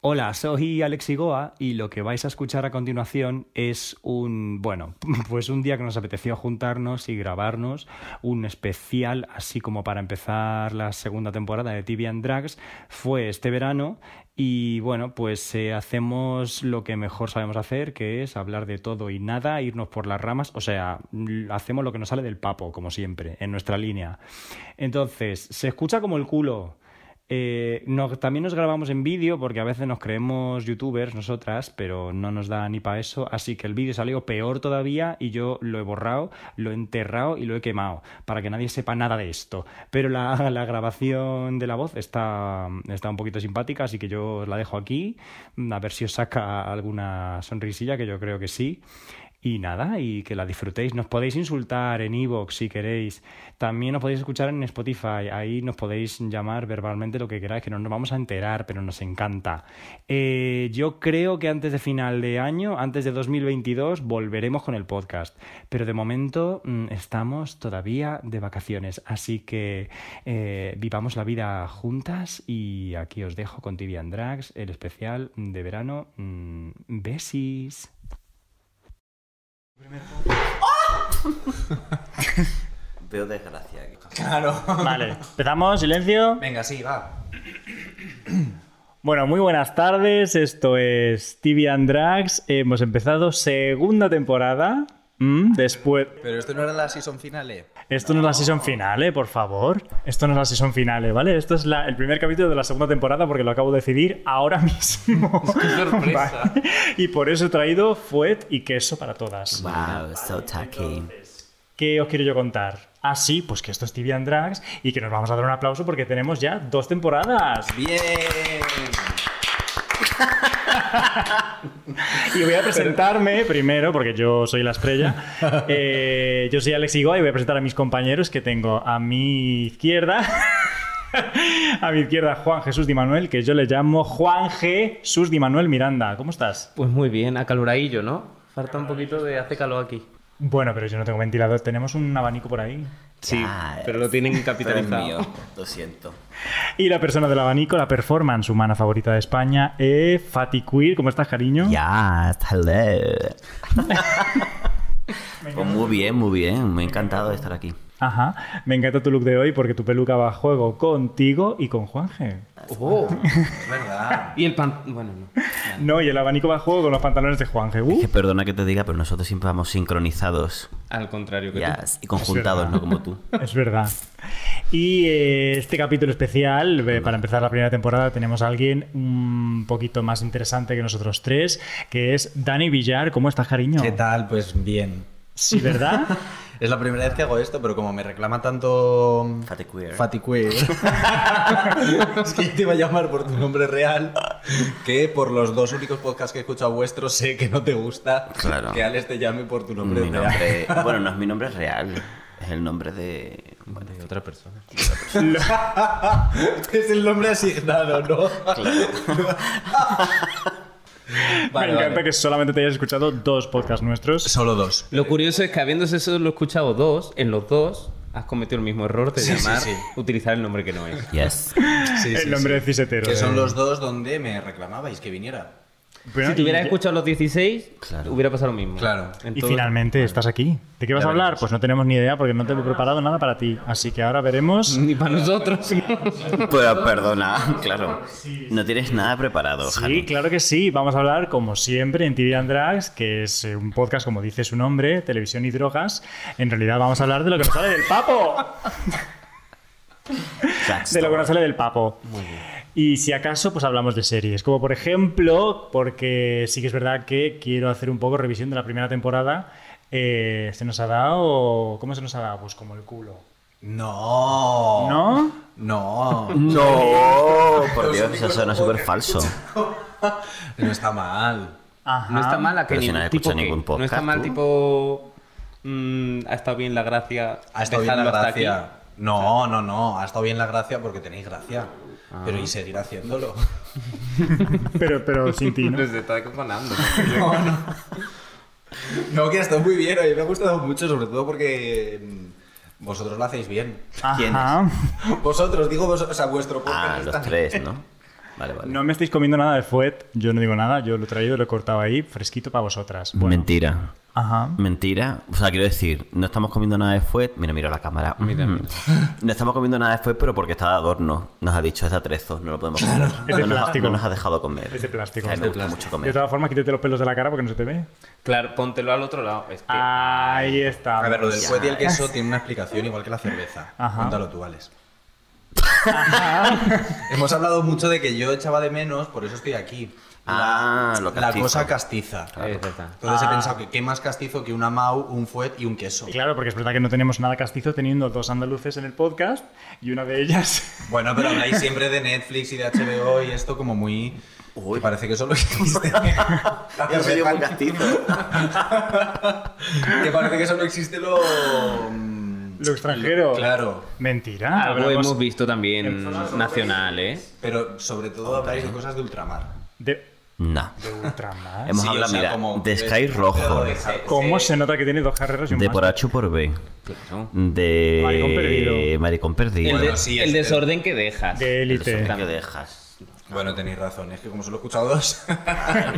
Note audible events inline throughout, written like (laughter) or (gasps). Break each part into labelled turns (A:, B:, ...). A: Hola, soy Alex Igoa y lo que vais a escuchar a continuación es un, bueno, (laughs) pues un día que nos apeteció juntarnos y grabarnos un especial, así como para empezar la segunda temporada de TV and Drags, fue este verano y bueno, pues eh, hacemos lo que mejor sabemos hacer, que es hablar de todo y nada, irnos por las ramas, o sea, hacemos lo que nos sale del papo, como siempre, en nuestra línea. Entonces, se escucha como el culo. Eh, nos- también nos grabamos en vídeo porque a veces nos creemos youtubers nosotras, pero no nos da ni para eso. Así que el vídeo salió peor todavía y yo lo he borrado, lo he enterrado y lo he quemado para que nadie sepa nada de esto. Pero la, (laughs) la grabación de la voz está, está un poquito simpática, así que yo os la dejo aquí. A ver si os saca alguna sonrisilla, que yo creo que sí. Y nada, y que la disfrutéis. Nos podéis insultar en Evox si queréis. También nos podéis escuchar en Spotify. Ahí nos podéis llamar verbalmente lo que queráis, que no nos vamos a enterar, pero nos encanta. Eh, yo creo que antes de final de año, antes de 2022, volveremos con el podcast. Pero de momento mm, estamos todavía de vacaciones. Así que eh, vivamos la vida juntas. Y aquí os dejo con TV and Drags, el especial de verano. Mm, besis.
B: Veo desgracia aquí.
C: Claro. (laughs)
A: Vale, empezamos, silencio.
C: Venga, sí, va.
A: Bueno, muy buenas tardes, esto es TV and Drags. Hemos empezado segunda temporada. Mm, después.
C: Pero esto no era la season finale.
A: Esto no es la season finale, por favor. Esto no es la season finale, ¿vale? Esto es la- el primer capítulo de la segunda temporada porque lo acabo de decidir ahora (laughs) mismo. ¡Qué (laughs)
C: sorpresa.
A: Y por eso he traído fuet y queso para todas.
B: Wow, Ah, so tacky.
A: ¿Qué os quiero yo contar? Ah, sí, pues que esto es TV and Drags y que nos vamos a dar un aplauso porque tenemos ya dos temporadas.
C: Bien.
A: Y voy a (laughs) presentarme primero, porque yo soy la estrella. Eh, yo soy Alex Igoa y voy a presentar a mis compañeros que tengo a mi izquierda. (laughs) A mi izquierda, Juan Jesús Di Manuel, que yo le llamo Juan Jesús Di Manuel Miranda. ¿Cómo estás?
D: Pues muy bien, acaloradillo, ¿no? Falta un poquito de hace calor aquí.
A: Bueno, pero yo no tengo ventilador. Tenemos un abanico por ahí.
E: Sí,
B: Ya,
E: pero lo tienen
B: Pero es mío,
E: capitalizado.
B: lo siento.
A: Y la persona del abanico, la performance humana favorita de España, eh, Fati Queer. ¿Cómo estás, cariño?
B: Ya,
A: (laughs)
B: hello. Pues muy bien, muy bien. Me ha encantado de estar aquí.
A: Ajá. Me encanta tu look de hoy porque tu peluca va a juego contigo y con Juanje.
D: ¡Oh!
C: Es verdad.
D: Y el pan... Bueno, no.
A: No, y el abanico va a juego con los pantalones de Juanje. Uh.
B: Es que perdona que te diga, pero nosotros siempre vamos sincronizados
D: Al contrario que tú.
B: yes, y conjuntados,
A: verdad.
B: no como tú.
A: Es verdad. Y eh, este capítulo especial, eh, para empezar la primera temporada, tenemos a alguien un poquito más interesante que nosotros tres, que es Dani Villar. ¿Cómo estás, cariño?
C: ¿Qué tal? Pues bien.
A: Sí,
C: (laughs)
A: ¿verdad?
C: Es la primera vez que hago esto, pero como me reclama tanto.
B: Fatty queer.
C: Fatty queer. (laughs) es que yo te iba a llamar por tu nombre real. Que por los dos únicos podcasts que he escuchado vuestros, sé que no te gusta
B: Claro.
C: que Alex te llame por tu nombre
B: Mi
C: real.
B: nombre, (laughs) bueno, no es mi nombre real, es el nombre de... bueno,
E: De otra persona.
C: (laughs) es el nombre asignado, ¿no? Vale,
A: Me encanta
C: (laughs) vale.
A: que solamente te hayas escuchado dos podcasts nuestros.
C: Solo dos.
D: Lo curioso es que habiéndose solo escuchado dos, en los dos has cometido el mismo error de
C: Sí, sí,
D: llamar,
C: sí.
D: utilizar el nombre que no es.
B: yes.
C: Sí,
A: el
C: sí,
A: nombre
C: sí.
A: de cisetero.
C: Que
A: de-
C: son los dos donde me reclamabais que viniera.
A: Bueno,
D: si te hubieras
A: y-
D: escuchado los 16,
B: Claro.
D: hubiera pasado lo mismo.
C: Claro.
A: Y
D: Entonces-
A: finalmente estás aquí. ¿De qué vas a hablar? Pues no tenemos ni idea porque no te he preparado nada para ti. Así que ahora
C: (laughs)
A: veremos.
D: Ni para nosotros.
B: Pero perdona, claro. No tienes nada preparado,
A: Sí,
B: Jani.
A: claro que sí. Vamos a hablar, como siempre, en TV and Drags, que es eh, un podcast, como dice su nombre, televisión y drogas. En realidad vamos a hablar de lo que nos sale del papo.
B: That's
A: De lo que nos
B: the-
A: sale del papo. Y si acaso, pues hablamos de series. Como por ejemplo, porque sí que es verdad que quiero hacer un poco revisión de la primera temporada. Eh, se nos ha dado... ¿Cómo se nos ha dado? Pues como el culo.
C: No.
A: ¿No?
C: No.
B: No,
A: (laughs)
B: por
C: Los
B: Dios,
C: únicos
B: eso suena
C: que puedo
B: súper falso.
C: No está mal.
A: Ajá.
D: No está mal a que
B: Pero si no has
D: tipo
B: escuchado
D: que-
B: ningún
D: No está
B: podcast,
D: mal
B: tú.
D: tipo... mm, ha estado bien la gracia.
C: Ha estado bien la
D: dejadlo hasta
C: gracia.
D: aquí.
C: No, no, no. Ha estado bien la gracia porque tenéis gracia.
D: Ah.
C: Pero y seguir haciéndolo. (laughs)
A: Pero, pero sin ti,
D: (laughs)
A: ¿no?
E: Nos está acojonando.
C: No, no. No, que ha estado muy bien. A mí me ha gustado mucho, sobre todo porque mm, vosotros lo
D: (laughs)
C: hacéis bien.
A: Ajá.
C: Vosotros, digo vos, o sea, vuestro podcast
B: Ah,
C: está
B: los tres, ¿no? Vale, vale.
A: No me estáis comiendo nada de fuet, yo no digo nada, yo lo he traído, lo he cortado ahí, fresquito para vosotras. Bueno.
B: Mentira. Mm.
A: Ajá.
B: Mentira. O sea, quiero decir, no estamos comiendo nada de fuet. Mira, mira la cámara. Mm. No estamos comiendo nada de fuet, pero porque está de adorno. Nos ha dicho, es de atrezo, no lo podemos comer.
A: es de
B: no, nos ha,
A: plástico.
B: no nos ha dejado comer.
A: Es de plástico.
B: A mí me
A: Es de
B: gusta mucho
A: De
B: comer.
A: todas formas, quítate los pelos de la cara porque no se te ve.
D: Claro, póntelo al otro lado. Es que-
A: Ah, Ahí está.
C: A ver, lo del fuet y el
A: (laughs)
C: queso tiene una explicación igual que la cerveza.
A: Ajá.
C: Cuéntalo tú, Alex. (laughs) Hemos hablado mucho de que yo echaba de menos, por eso estoy aquí. La-
B: Ah, lo
C: la
B: castizo.
C: cosa castiza.
D: Es verdad.
C: Entonces
A: Ah.
C: he pensado que qué más castizo que una mau, un fuet y un queso.
A: Claro, porque es verdad que no tenemos nada castizo teniendo dos andaluces en el podcast y una de ellas. (laughs)
C: Bueno, pero habláis siempre de Netflix y de HBO y esto como muy...
B: Uy.
C: que Parece que solo
A: (laughs)
C: existe... Ya
B: Yo soy un castizo.
C: que parece que solo existe lo... mm,
A: Lo extranjero.
C: Claro.
A: Mentira.
D: Algo
A: hablamos
D: hemos visto también nacional, ¿eh?
C: Pero sobre todo habláis de cosas de ultramar.
A: de,
B: No.
A: de ultramar.
B: Hemos
C: Sí,
B: hablado,
C: o sea,
B: mira,
C: como-
B: de Sky
C: de-
B: Rojo, eh.
C: de- de-
A: ¿Cómo se nota que tiene dos carreras y un
B: de por
A: máster?
B: H o por B,
D: Claro.
B: de
A: Maricón perdido.
B: Maricón Perdido.
D: El, de-
C: Bueno, sí,
D: el
C: este-
D: desorden que dejas.
A: De
B: El
A: élite.
B: desorden que dejas.
C: Bueno, tenéis razón, es que como solo he escuchado
B: (laughs)
C: dos,
B: Claro.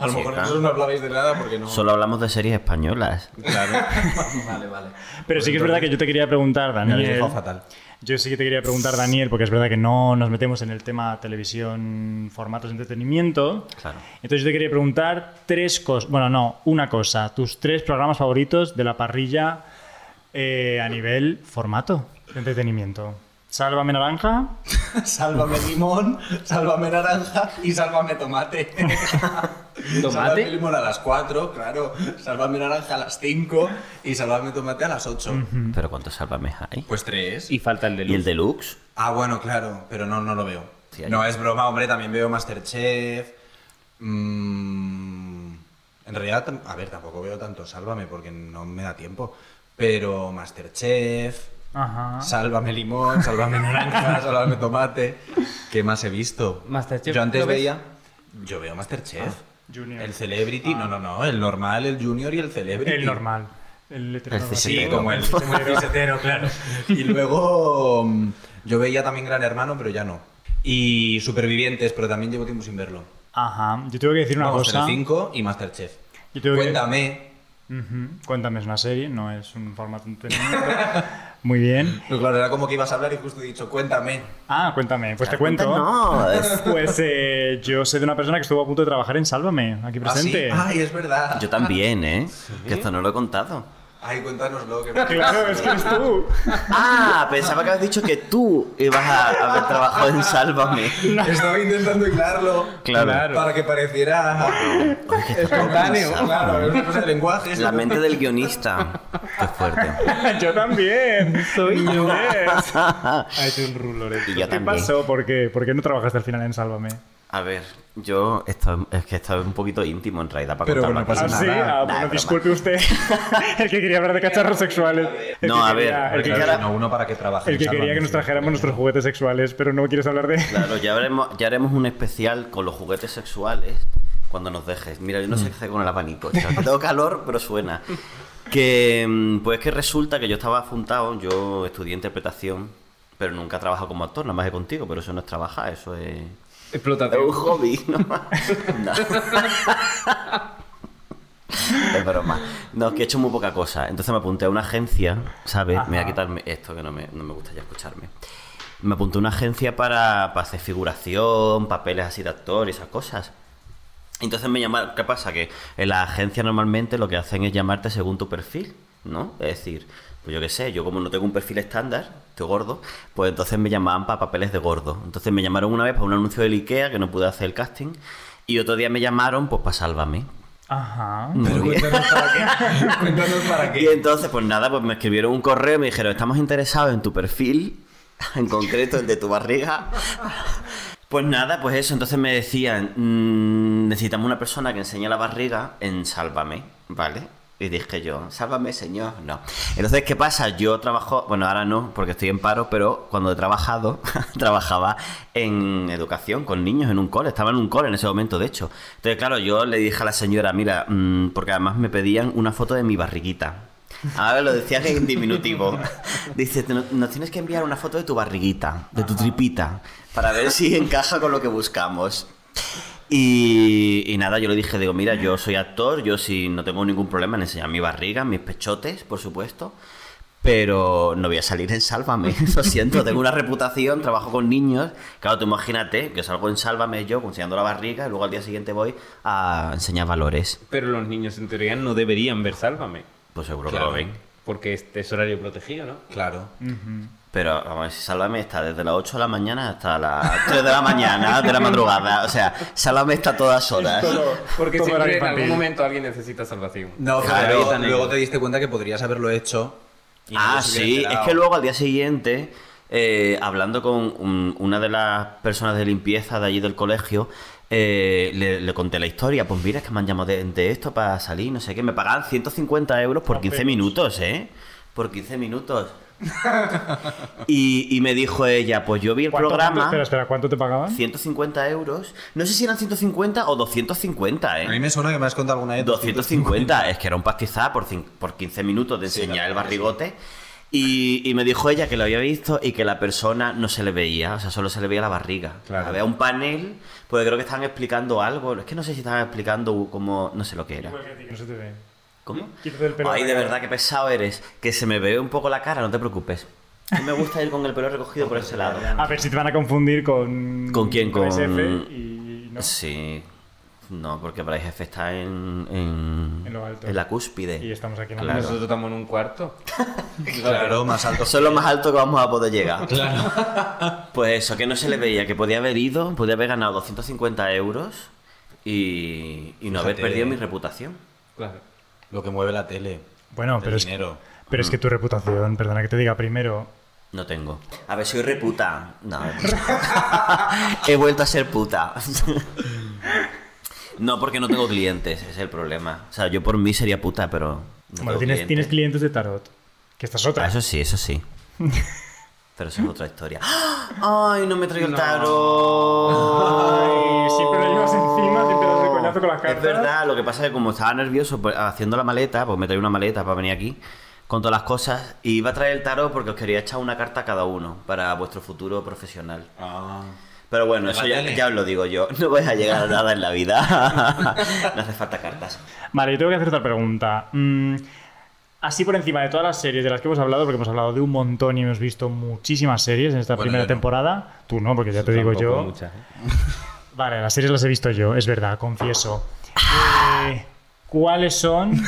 C: a lo
B: Sí,
C: mejor
B: claro.
C: vosotros no hablabais de nada porque no.
B: Solo hablamos de series españolas.
C: Claro. (laughs) vale, vale.
A: Pero sí que es verdad que yo te quería preguntar,
C: Me habéis
A: Daniel.
C: dejado fatal.
A: Yo sí que te quería preguntar, Daniel, porque es verdad que no nos metemos en el tema televisión, formatos de entretenimiento.
B: Claro.
A: Entonces yo te quería preguntar tres cosas, bueno, no, una cosa, tus tres programas favoritos de la parrilla eh, a nivel formato de entretenimiento. Sálvame naranja.
C: (laughs) Sálvame limón, sálvame naranja y sálvame tomate. (laughs) Sálvame limón a las 4, claro. Sálvame naranja a las 5 y sálvame tomate a las 8.
A: Mm.
B: Pero ¿cuántos sálvames hay?
C: Pues 3.
D: Y falta el de
B: ¿Y el
D: luz.
B: deluxe?
C: Ah, bueno, claro, pero no, no lo veo.
B: Sí, hay
C: no,
B: uno.
C: es broma, hombre, también veo Masterchef. mm, en realidad, tam- a ver, tampoco veo tanto Sálvame porque no me da tiempo. Pero Masterchef,
A: Ajá.
C: Sálvame Limón, Sálvame Naranja, Sálvame Tomate. ¿Qué más he visto?
D: Masterchef,
C: Yo antes
D: ¿lo ves?
C: veía. Yo veo Masterchef.
A: Junior.
C: El Celebrity. No, no, no. El normal, el Junior y el Celebrity.
A: El normal. El heteronormativo.
B: El
C: Sí,
B: Setero.
A: (laughs)
C: como el setero, claro. Y luego mm, yo veía también Gran Hermano, pero ya no. Y Supervivientes, pero también llevo tiempo sin verlo.
A: Ajá. Yo tengo que decir una
C: Vamos,
A: cosa.
C: 5 y Masterchef.
A: Yo tengo que-
C: Cuéntame.
A: Ujú. Cuéntame, es una serie, no es un formato de entretenimiento. (laughs) Muy bien.
C: No, claro, era como que ibas a hablar y justo he dicho, cuéntame.
A: Ah, cuéntame, pues te cuento. (laughs)
B: No, es-
A: Pues eh, yo soy de una persona que estuvo a punto de trabajar en Sálvame, aquí
C: ¿Ah, sí?
A: presente.
C: Ay, es verdad.
B: Yo también, ¿eh? Que esto no lo he contado.
C: Ay, cuéntanoslo. Que...
A: Claro, es que eres tú.
B: Ah, pensaba que habías dicho que tú ibas a haber trabajado en Sálvame.
C: Estaba intentando hilarlo.
B: Claro.
C: Para que pareciera
B: Oye, que está
C: espontáneo. (laughs)
B: pensado.
C: Claro, es una cosa de lenguaje. es
B: La
C: una-
B: mente del guionista. Qué fuerte.
A: yo también. Soy yo.
D: un rulor.
B: Y yo
A: ¿Qué
B: también.
A: pasó? ¿Por qué? ¿Por qué no trabajaste al final en Sálvame?
B: A ver, yo esto, es que esto es un poquito íntimo en realidad para
C: Pero bueno,
B: contarlo
C: pasa
A: Ah,
B: aquí.
A: sí, ah,
C: nada.
B: Nah,
A: bueno,
B: es broma.
A: disculpe usted. (laughs) el que quería hablar de cacharros sexuales. El
B: No,
A: que
B: a ver,
A: quería- el que,
B: porque
A: quería-
B: ahora-
C: no, uno para que trabaje.
A: el que quería que nos trajéramos nuestros juguetes sexuales, pero no quieres hablar de.
B: Claro, ya haremos, ya haremos un especial con los juguetes sexuales cuando nos dejes. Mira, yo no sé qué hacer con el abanico. o sea, que tengo calor, pero suena. Que mm, pues que resulta que yo estaba apuntado, yo estudié interpretación, pero nunca he trabajado como actor, nada más que contigo, pero eso no es trabajar, eso es, es
D: Explotación.
B: un (laughs) hobby, ¿no? No. Es broma. No, es que he hecho muy poca cosa. Entonces me apunté a una agencia, ¿sabes? Me voy a quitarme esto que no me, no me gusta ya escucharme. Me apunté a una agencia para, para hacer figuración, papeles así de actor y esas cosas. Entonces me llamaron. ¿Qué pasa? Que en la agencia normalmente lo que hacen es llamarte según tu perfil, ¿no? Es decir, pues yo qué sé, yo como no tengo un perfil estándar, estoy gordo, pues entonces me llamaban para papeles de gordo. Entonces me llamaron una vez para un anuncio del IKEA que no pude hacer el casting. Y otro día me llamaron pues para Sálvame.
A: Ajá. (laughs)
B: Muy
C: Pero
B: bien.
C: cuéntanos para qué. Cuéntanos para
B: Y
C: qué.
B: entonces, pues nada, pues me escribieron un correo y me dijeron, estamos interesados en tu perfil, (laughs) en concreto el de tu barriga. Pues nada, pues eso, entonces me decían, "Mm, necesitamos una persona que enseñe la barriga en Sálvame, ¿vale? Y dije yo, sálvame señor, no. Entonces, ¿qué pasa? Yo trabajo, bueno, ahora no, porque estoy en paro, pero cuando he trabajado, (laughs) trabajaba en educación con niños en un cole, estaba en un cole en ese momento, de hecho. Entonces, claro, yo le dije a la señora, mira, mm, porque además me pedían una foto de mi barriguita. Ahora lo decías en diminutivo. Dice, "Te- nos tienes que enviar una foto de tu barriguita, de tu tripita, para ver si encaja con lo que buscamos. Y, y nada, yo le dije, digo, mira, yo soy actor, yo sí no tengo ningún problema en enseñar mi barriga, mis pechotes, por supuesto, pero no voy a salir en Sálvame, (laughs) lo siento, tengo una reputación, trabajo con niños. Claro, tú imagínate que salgo en Sálvame yo enseñando la barriga y luego al día siguiente voy a enseñar valores.
D: (laughs) Pero los niños en teoría no deberían ver Sálvame.
B: Pues seguro
C: Claro.
B: que lo ven.
D: Porque este es horario protegido, ¿no?
C: Claro.
B: Pero vamos a ver si Sálvame está desde las 8 de la mañana hasta las 3 de la mañana, de la madrugada. O sea, Sálvame está a todas horas.
D: Porque
F: Todo
D: siempre
F: horario
D: en algún
F: infantil.
D: momento alguien necesita salvación.
C: No, pero
B: Claro.
C: luego, luego te diste cuenta que podrías haberlo hecho. y no
B: Ah,
C: te hubieras
B: sí, es
C: enterado.
B: que luego al día siguiente, eh, hablando con un- una de las personas de limpieza de allí del colegio, eh, le, le conté la historia. Pues mira, es que me han llamado de, de esto para salir, no sé qué. Me pagaban 150 euros por 15 minutos, ¿eh? Por 15 minutos. (laughs) y, y me dijo ella, pues yo vi el
F: ¿Cuánto-
B: programa.
F: Espera, espera, ¿cuánto te
C: ¿Ah?
F: pagaban?
B: 150 euros. No sé si eran 150 o 250,
C: A mí
B: ¿eh?
C: me suena que me has contado alguna vez.
B: 250, es que era un pastizal por, cin- por 15 minutos de
C: Sí,
B: enseñar
C: la
B: el
C: verdad que sí.
B: barrigote. Y, y me dijo ella que lo había visto y que la persona no se le veía, o sea, solo se le veía la barriga.
D: Claro.
B: Había un panel, porque creo que estaban explicando algo. Es que no sé si estaban explicando como, no sé lo que
A: Pues,
B: era.
F: No se te ve.
B: ¿Cómo?
F: Quítate el pelo
B: Ay, de
F: arreglado.
B: verdad, qué pesado eres. Que se me ve un poco la cara, no te preocupes. A mí me gusta ir con el pelo recogido por
C: (laughs)
B: ese lado.
F: A ver si te van a confundir con.
B: ¿Con quién? Con-
F: SF y. No.
B: Sí. No, porque Bryce Jefe está en, en,
F: En lo alto.
B: en la cúspide.
F: Y estamos aquí en la
B: Claro.
D: Nosotros estamos en un cuarto.
C: Claro, más alto.
B: Eso es lo más alto que vamos a
F: (laughs)
B: poder llegar. (laughs) Pues eso, que no se le veía, que podía haber ido, podía haber ganado 250 euros y, y no haber
C: Fíjate.
B: perdido mi reputación.
D: Claro.
C: Lo que mueve la tele.
F: Bueno,
C: El
F: pero es,
C: dinero.
F: pero
B: Mm.
F: es que tu reputación, perdona que te diga primero.
B: No tengo. A ver, soy reputa. No.
F: (laughs)
B: He vuelto a ser puta. (laughs) No, porque no tengo clientes, ese es el problema. O sea, yo por mí sería puta, pero. No
F: bueno,
B: tengo
F: tienes,
B: clientes.
F: tienes clientes de tarot. Que esta es otra.
B: Ah, eso sí, eso (laughs) sí. Pero eso es otra historia. (gasps) ¡Ay, no me traigo el tarot!
F: Ay, siempre lo llevas encima, siempre das el coñazo con las cartas.
B: Es verdad, lo que pasa es que como estaba nervioso pues, haciendo la maleta, pues me traí una maleta para venir aquí con todas las cosas. Y iba a traer el tarot porque os quería echar una carta a cada uno para vuestro futuro profesional.
C: Ah.
B: Pero bueno, eso ya,
C: Debátele.
B: ya os lo digo yo. (laughs) No vais a llegar a nada en
F: (laughs)
B: la vida. no hace falta cartas.
F: Vale, yo tengo que hacer otra pregunta. Mm, así por encima de todas las series de las que hemos hablado, porque hemos hablado de un montón y hemos visto muchísimas series en esta
C: Bueno,
F: primera
C: yo no.
F: temporada. Tú no, porque ya te digo
D: Tampoco
F: yo.
D: muchas, ¿eh?
F: Vale, las series las he visto yo, es verdad, confieso. Eh, ¿Cuáles son?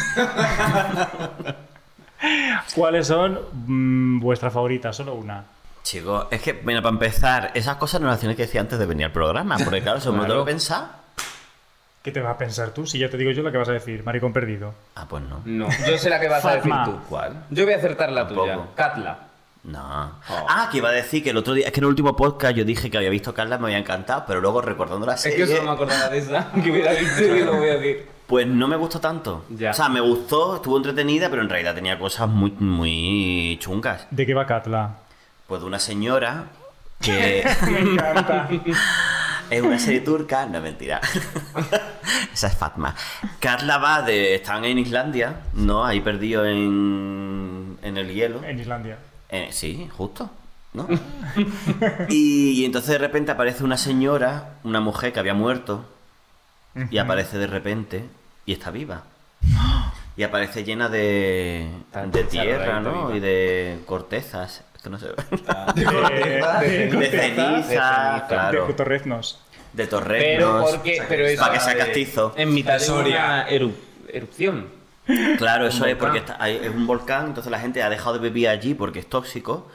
F: (laughs) ¿Cuáles son mm, vuestra favorita? Solo una.
B: Chicos, es que, mira, para empezar, esas cosas no las tienes que decir antes de venir al programa. Porque claro, si me lo tengo que pensar.
F: ¿Qué te vas a pensar tú? Si ya te digo yo la que vas a decir, maricón perdido.
B: Ah, pues no.
D: No, yo sé la que vas a decir
F: Fatma.
D: tú.
B: ¿Cuál?
D: Yo voy a acertar la tuya.
B: Tampoco.
D: Catla.
B: No.
D: Oh.
B: Ah, que iba a decir que el otro día, es que en el último podcast yo dije que había visto Carla, me había encantado, pero luego recordando la
D: Es
B: serie.
D: que yo solo me acordaba de (laughs) esa. Que hubiera visto y lo voy a decir.
B: Pues no me gustó tanto.
D: Ya.
B: O sea, me gustó, estuvo entretenida, pero en realidad tenía cosas muy, muy chungas.
F: ¿De qué va Katla?
B: Pues de una señora que
F: Me encanta.
B: (laughs) es una serie turca, no mentira. (laughs) Esa es Fatma. Carla va de. Están en Islandia, ¿no? Ahí perdido en. en el hielo.
F: en Islandia.
B: Eh, sí, justo. ¿No? y, y entonces de repente aparece una señora, una mujer que había muerto, y aparece de repente y está viva. Y aparece llena de,
D: Tan
B: de
D: pensado,
B: tierra,
D: ahí está
B: ¿no?
D: viva.
B: Y de cortezas. Es que no se ve.
F: De,
B: De ceniza,
D: ceniza.
F: de
B: claro.
F: Cotorreznos.
B: De
D: Pero
B: torrenos.
D: porque. Pero eso.
B: Para que sea castizo.
D: En mitad de
C: Soria.
D: una eru- (laughs) erupción.
B: Claro, eso es
D: volcán.
B: porque está- hay- es un volcán, entonces la gente ha dejado de vivir allí porque es tóxico,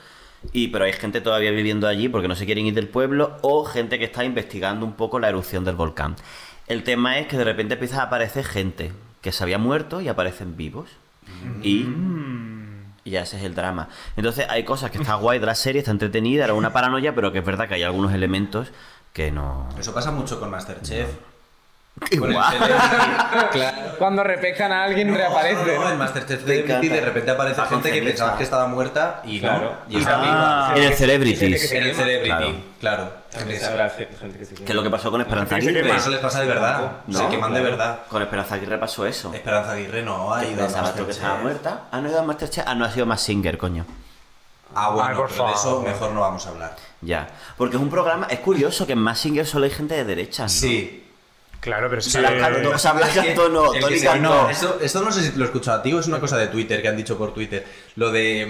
B: y pero hay gente todavía viviendo allí porque no se quieren ir del pueblo o gente que está investigando un poco la erupción del volcán. El tema es que de repente empieza a aparecer gente que se había muerto y aparecen vivos. Y
D: Mm.
F: Hmm,
B: y ya ese es el drama. Entonces hay cosas que está guay de la serie, está entretenida, era una paranoia, pero que es verdad que hay algunos elementos que no...
C: Eso pasa mucho con Masterchef. Con el
B: Guau.
C: celebrity, claro.
D: Cuando repescan a alguien, reaparece.
C: No, no, en Masterchef
B: Me encanta.
C: Celebrity de repente aparece
B: Ah, con
C: gente que
B: ceniza.
C: pensabas que estaba muerta y
D: Claro.
C: no, y
B: Ah,
C: está viva.
B: en el
D: Ese que
B: Celebrities.
D: se
C: En el
D: quema.
C: Celebrity, claro.
D: También habrá gente que se
B: Que lo que pasó con Esperanza
E: Dice que
B: Aguirre.
E: más.
C: Eso les pasa de verdad.
B: No,
C: se queman de verdad.
B: Con Esperanza Aguirre pasó eso.
C: Esperanza Aguirre no ha
B: Que
C: ido a
B: pensaba tú que estaba
C: Masterchef.
B: muerta. Ah, no ha ido a Masterchef. Ah, no ha sido más Singer, coño.
C: Ah,
E: Ay,
C: bueno,
E: por
C: pero de eso
E: favor.
C: mejor no vamos a hablar.
B: Ya. Porque es un programa. Es curioso que en más Singer solo hay gente de derecha. Ah, ¿no?
C: Sí.
E: Claro, pero sí.
B: Blas Cantó, o sea, Blas Cantó
C: El
B: no,
C: que
B: Tony
C: se-
B: Cantó.
C: no, esto, esto no sé si lo he escuchado a ti o es una cosa de Twitter que han dicho por Twitter. Lo de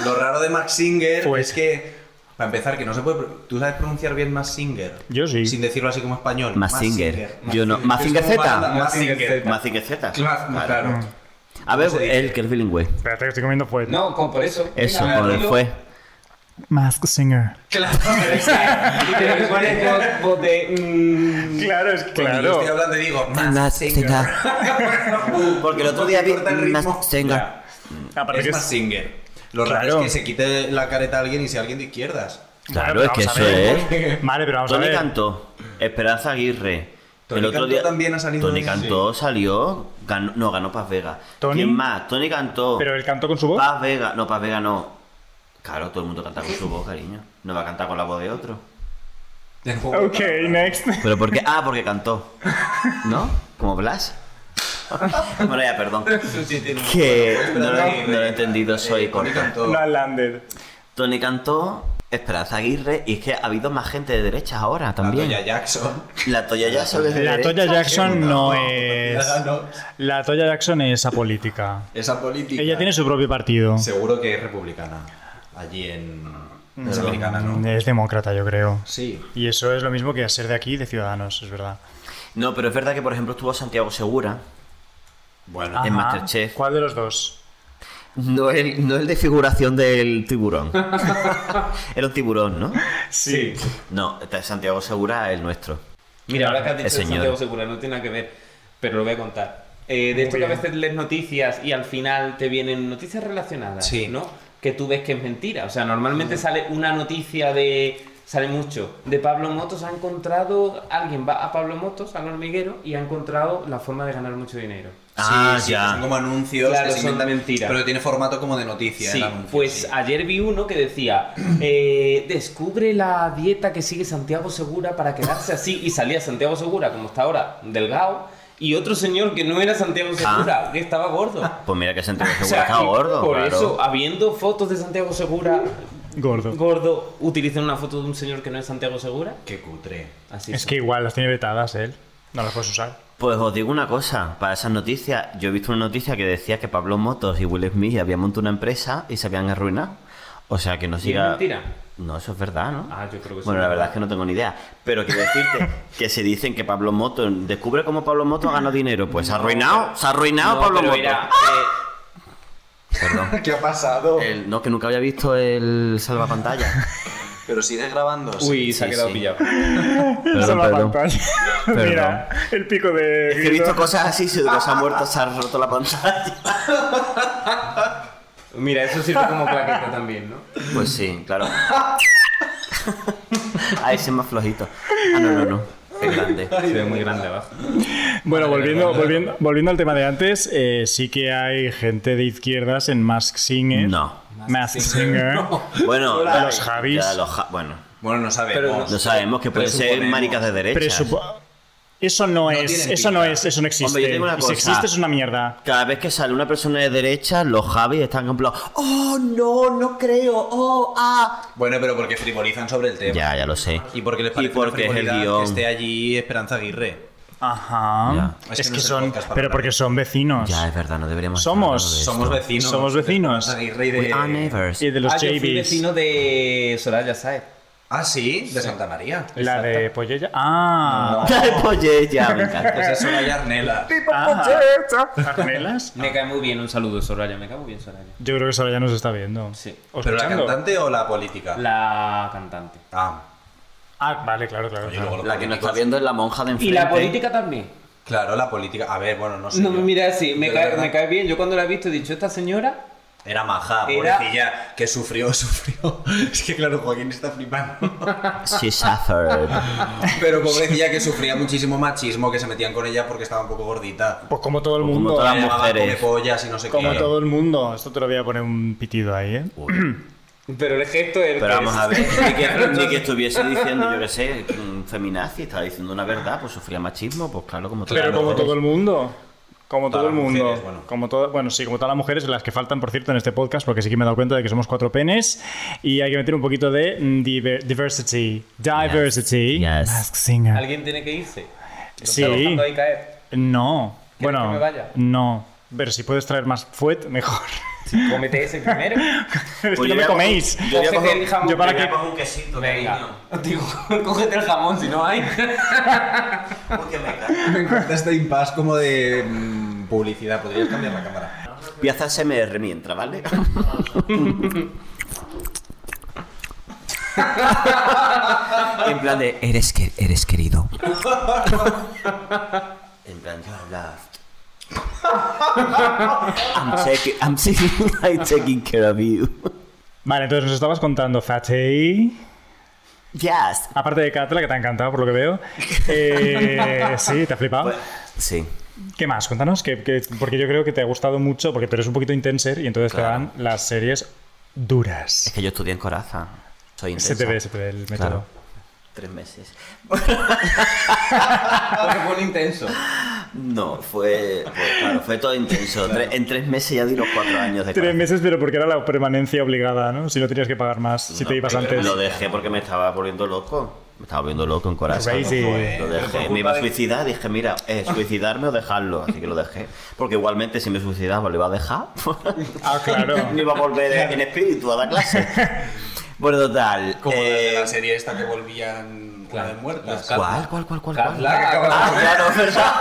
C: mm, lo raro de Max Singer
E: Pues-
C: es que para empezar que no se puede pro- tú sabes pronunciar bien Max Singer.
E: Yo sí.
C: Sin decirlo así como español.
B: Max Singer. Yo no. Max
C: Es
B: Singer
C: como
B: Z.
C: banda, Max Singer.
B: Más Singer Z.
C: Claro,
B: Vale.
C: claro.
B: A ver,
C: ¿Cómo se dice?
B: él que es bilingüe.
E: Espérate que estoy comiendo fuerte.
D: No, como por eso.
B: Eso,
D: Venga,
B: como le
D: dilo.
B: fue.
A: Mask Singer.
C: Claro, pero es que-
D: (laughs) Y te pones voz- voz de. mm,
E: Claro, es
C: cuando yo
E: claro.
C: estoy hablando y digo
B: Max
C: Max Singer.
B: Porque el otro día vi
C: Corta el ritmo.
B: Max Singer.
E: Aparte
C: Es
E: que
C: Max
E: es...
C: Singer. Lo raro
E: Claro.
C: es que se quite la careta a alguien y sea alguien de izquierdas.
B: Claro,
E: Bueno,
B: es que
E: vamos
B: eso
E: a ver.
B: es.
E: Vale, pero vamos a
B: Tony
E: ver.
B: Cantó, Esperanza Aguirre.
C: Tony
B: el otro
C: Cantó
B: día
C: también ha salido
B: Tony
C: en-
B: Cantó salió, ganó- no ganó Paz Vega.
E: Tony-
B: ¿Quién más? Tony Cantó.
E: Pero él cantó con su voz.
B: Paz Vega, no, Paz Vega no. Claro, todo el mundo canta con su voz, cariño. No va a cantar con la voz de otro.
E: Ok, next.
B: Pero por qué? Ah, porque cantó. ¿No? Como (laughs) Blas. bueno, ya, perdón. Que no lo, no lo he entendido, soy
C: eh, Tony
B: corto.
C: Cantó.
E: No has landed.
B: Tony Cantó, Esperanza Aguirre, y es que ha habido más gente de derechas ahora también.
C: Latoya Jackson.
B: La Toya ya es de
A: La
B: derecha.
A: Toya Jackson no es.
C: No, no.
A: La Toya Jackson es apolítica.
C: Esa política.
A: Ella tiene su propio partido.
C: Seguro que es republicana. Allí en.
A: Mm.
C: Es americana, ¿no?
A: Es demócrata, yo creo.
C: Sí.
A: Y eso es lo mismo que ser de aquí, de Ciudadanos, es verdad.
B: No, pero es verdad que, por ejemplo, estuvo Santiago Segura.
C: Bueno.
B: En
A: Ajá.
B: Masterchef.
A: ¿Cuál de los dos?
B: No el, no el de figuración del tiburón. (laughs) Era un tiburón, ¿no?
A: Sí.
B: No, este es Santiago Segura el nuestro.
D: Mira, ahora que has
B: Es
D: dicho de
B: señor.
D: Santiago Segura, no tiene nada que ver, pero lo voy a contar. Eh, de esto que a veces lees noticias y al final te vienen noticias relacionadas,
C: Sí.
D: ¿no? Que tú ves que es mentira. O sea, normalmente sale una noticia de. Sale mucho. De Pablo Motos ha encontrado. Alguien va a Pablo Motos, al hormiguero, y ha encontrado la forma de ganar mucho dinero.
B: Ah, ya.
C: Son como anuncios.
D: Claro,
C: que se
D: son
C: inventan-
D: mentiras.
C: Pero tiene formato como de noticia.
D: Sí,
C: el anuncio,
D: pues
C: sí.
D: ayer vi uno que decía, eh, descubre la dieta que sigue Santiago Segura para quedarse así y salía Santiago Segura, como está ahora, delgado, y otro señor que no era Santiago Segura, que estaba
B: (laughs)
D: gordo.
B: Pues mira que
D: (laughs)
B: Santiago
D: O
B: Segura
D: sea,
B: está
D: y
B: Ah. gordo.
D: por
B: claro.
D: eso, habiendo fotos de Santiago Segura
A: Gordo.
D: gordo, utilizan una foto de un señor que no es Santiago Segura.
C: Qué cutre.
D: Así
A: Es
D: son.
A: que igual las tiene vetadas él. No las puedes usar.
B: Pues os digo una cosa, para esas noticias, yo he visto una noticia que decía que Pablo Motos y Will Smith habían montado una empresa y se habían arruinado. O sea que no
D: ¿Y es
B: siga.
D: mentira?
B: No, eso es verdad, ¿no?
D: Ah, yo creo que sí.
B: Bueno, la verdad es que no tengo ni idea. Pero quiero
D: (laughs)
B: decirte que se dicen que Pablo Motos descubre cómo Pablo Motos ganó dinero. Pues se ha arruinado, se ha arruinado
D: No,
B: Pablo
D: pero
B: Motos.
D: era, eh,
B: Perdón.
C: ¿Qué ha pasado?
B: El- no, que nunca había visto el salvapantalla.
D: (laughs)
C: Pero sigue grabando. sí.
D: uy, se ha
B: sí,
D: quedado
B: sí.
D: pillado.
A: Esa es
B: Perdón,
A: la
B: perdón. (laughs)
A: pantalla.
B: Perdón.
A: Mira, el pico de.
B: Es que he
A: grito.
B: visto cosas así, se se ha muerto, se ha roto la pantalla.
D: Mira, eso sirve como plaqueta también, ¿no?
B: Pues sí, (laughs) claro. Ah, ese es más flojito. Ah, no, no, no. Es grande.
D: Se ve muy grande abajo.
A: Bueno, volviendo, volviendo, volviendo al tema de antes, eh, sí que hay gente de izquierdas en Mask Singer.
B: No.
A: Mask Singer. (laughs)
B: Bueno,
A: Hola. Los Javis.
B: ya los ja- bueno,
C: Bueno, no sabemos.
D: Pero no-
B: no sabemos que pueden ser
C: Presuponemos.
B: maricas de derecha.
A: Presupo- Eso no, es,
C: tienen
A: eso no
C: pinta.
A: es, eso no existe.
B: Hombre, yo tengo una
A: Y
B: cosa.
A: si existe es una mierda.
B: Cada vez que sale una persona de derecha, los Javis están en plan, oh, no, no creo, oh, ah.
C: Bueno, pero porque frivolizan sobre el tema.
B: Ya, ya lo sé.
C: Y porque les parece
B: Y porque
C: una
B: es el
C: frivolidad
B: guión.
C: que esté allí Esperanza Aguirre.
A: Ajá.
B: Ya.
C: Es
A: Es, que,
C: que no es el
A: son,
C: podcast para
A: pero
C: hablar.
A: porque son vecinos.
B: Ya, es verdad, no deberíamos. estar
A: Somos-
B: hablando de esto.
C: Somos vecinos.
A: Somos vecinos.
C: Esperanza Aguirre y
B: We
C: de.
B: are neighbors.
A: Y de los
D: ah, yo fui
A: JBs.
D: vecino de Soraya Saez.
C: Ah, sí, de Santa María.
A: La de Pollella. Ah.
B: Ay, pues (laughs) ya, me
C: Esa
B: encanta.
C: es Soraya Arnela.
A: ah. ¿Arnelas?
D: Me cae muy bien, un saludo Soraya, me cae muy bien Soraya.
A: Yo creo que Sara ya nos está viendo.
D: Sí.
A: ¿O
C: ¿Pero la
A: escuchando?
C: cantante o la política?
D: La cantante.
C: Ah,
A: Ah, vale, claro, claro.
C: yo luego
A: claro.
C: lo-
B: La que nos está viendo es la monja de
D: Y
B: enfrente.
D: la política también.
C: claro, la política. A ver, bueno, no sé.
D: No
C: yo.
D: me mira así, me
C: Yo la
D: cae,
C: verdad-
D: me cae bien. Yo cuando la he visto he dicho, esta señora.
C: Era maja,
D: Era-
C: pobrecilla, que sufrió, (laughs) sufrió. Es que claro, Joaquín está flipando.
D: (laughs)
A: (laughs)
B: She suffered.
C: Pero pobrecilla que sufría muchísimo machismo, que se metían con ella porque estaba un poco gordita.
A: Pues como todo el
B: Como
A: mundo.
B: todas
C: Le
B: las
C: llamaban
B: mujeres.
C: come pollas y no sé
A: Como
C: qué.
A: todo el mundo. Esto te lo voy a poner un pitido ahí, ¿eh?
B: Uy.
D: Pero el gesto es. el
B: Pero
D: que
B: vamos
D: es.
B: a ver, ni (laughs) que, ni que estuviese diciendo, yo qué sé, un feminazi, estaba diciendo una verdad, pues sufría machismo, pues claro, como todas
A: Pero
B: las
A: como
B: mujeres.
A: todo el mundo. Como todo
C: Todas
A: el
C: las
A: mundo.
C: mujeres, bueno.
A: Como toda- bueno, sí, como todas las mujeres, las que faltan, por cierto, en este podcast, porque sí que me he dado cuenta de que somos cuatro penes y hay que meter un poquito de mm, diver- diversity. Diversity.
B: Yes.
A: Mask Singer.
D: Alguien tiene que irse. Lo
A: Sí.
D: está dejando ahí caer.
A: No.
D: ¿Quieres
A: Bueno,
D: que me vaya?
A: no. Pero si puedes traer más fuet, mejor. (laughs)
D: Cómete ese (laughs) primero.
A: es que
B: yo
A: no me
B: ya-
A: coméis.
B: Yo voy a
D: Cógete
B: coger-
D: el jamón.
A: yo para
B: Voy a
A: que-
B: coger un quesito,
D: Venga.
B: cariño,
D: Digo, (laughs) cógete el jamón si no hay.
B: porque me
C: (laughs)
B: encanta.
C: Me encanta este impasse como de mm, publicidad. Podrías cambiar la cámara.
B: Voy a hacer SMR mientras, (laughs) ¿vale? en plan de, eres, que- eres querido. en plan, yo hablaba. I'm, taking, I'm, taking, (laughs) I'm taking care of you.
A: Vale, entonces nos estabas contando, Zachei.
B: Yes.
A: Aparte de Catla, que te ha encantado por lo que veo. Eh, sí, te ha flipado.
B: Pues, sí.
A: ¿Qué más? Cuéntanos, que, que- porque yo creo que te ha gustado mucho, porque tú eres un poquito intenser y entonces
B: Claro.
A: te dan las series
B: Es
A: duras.
B: que yo estudié en Coraza. Soy intensa.
A: Se te ve, se te ve el método.
B: Claro. Tres (laughs) meses.
D: Porque fue un intenso.
B: No, fue, fue- claro, fue todo intenso. Tres- en tres meses ya di los cuatro años de
A: Tres
B: Coraza.
A: meses, pero porque era la permanencia obligada, ¿no? Si no tenías que pagar más, si
B: No,
A: te ibas
B: pero
A: antes.
B: Lo dejé porque me estaba volviendo loco. Me estaba volviendo loco en corazón.
A: Crazy.
B: Lo dejé. Me iba a suicidar. Dije, mira, eh, suicidarme o dejarlo. Así que lo dejé. Porque igualmente si me suicidaba lo iba a dejar.
A: Ah, claro.
B: (laughs) no iba a volver en espíritu a la clase. Bueno, total.
C: Como la
B: eh,
C: de la serie esta que volvían
D: claro,
C: claro, muertas.
D: las
B: ¿Cuál, cuál, cuál, cuál?
C: (laughs)
B: cuál?
D: Carla, (laughs) acaba-
B: Ah, claro, ¿verdad?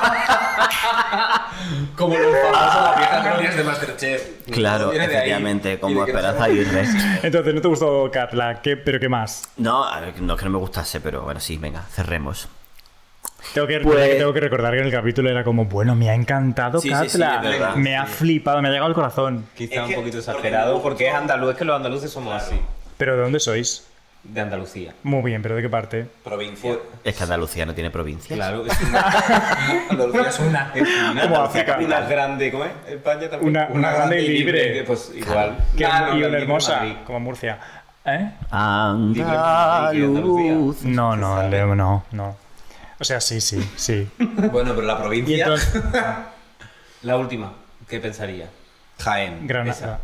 C: Como los famosos las viejas
D: (laughs)
C: glorias de Masterchef.
B: Claro,
C: Viene de ahí.
B: efectivamente,
C: Y
B: como
C: de que no (laughs)
B: Esperanza
C: sabe-
B: Irres.
A: Entonces, ¿no te gustó Catla? ¿Qué, ¿Pero qué más?
B: No, a ver, no es que no me gustase, pero bueno, sí, venga, cerremos.
A: Tengo que,
B: Pues-
A: tengo que recordar que en el capítulo era como, bueno, me ha encantado
B: Sí, sí, sí,
A: Catla.
B: es verdad.
A: me ha flipado, me ha llegado al corazón.
D: Quizá
B: Es
D: un
B: que-
D: poquito
B: porque
D: exagerado
B: no-
D: porque es andaluz, es que los andaluces somos así.
A: ¿Pero de dónde sois?
D: De Andalucía.
A: Muy bien, ¿pero de qué parte?
C: Provincia.
B: Es que Andalucía no tiene provincias.
D: Claro, es una.
C: Andalucía es una.
D: Es
A: Como
D: una Andalucía
A: África.
D: capital grande, ¿cómo es? España también.
A: Una, una grande y libre.
D: Pues igual.
A: Que-
D: Nah, no,
A: y
D: la
A: una
D: libre
A: hermosa,
D: Madrid.
A: como Murcia. ¿Eh?
B: Andaluz.
A: No, no, Leo, no, no. O sea, sí, sí,
C: (laughs)
A: sí.
C: Bueno, pero la
A: Y
C: provincia. (laughs)
A: entonces,
D: La última, ¿qué pensaría?
C: Jaén
A: Granada.
D: Esa.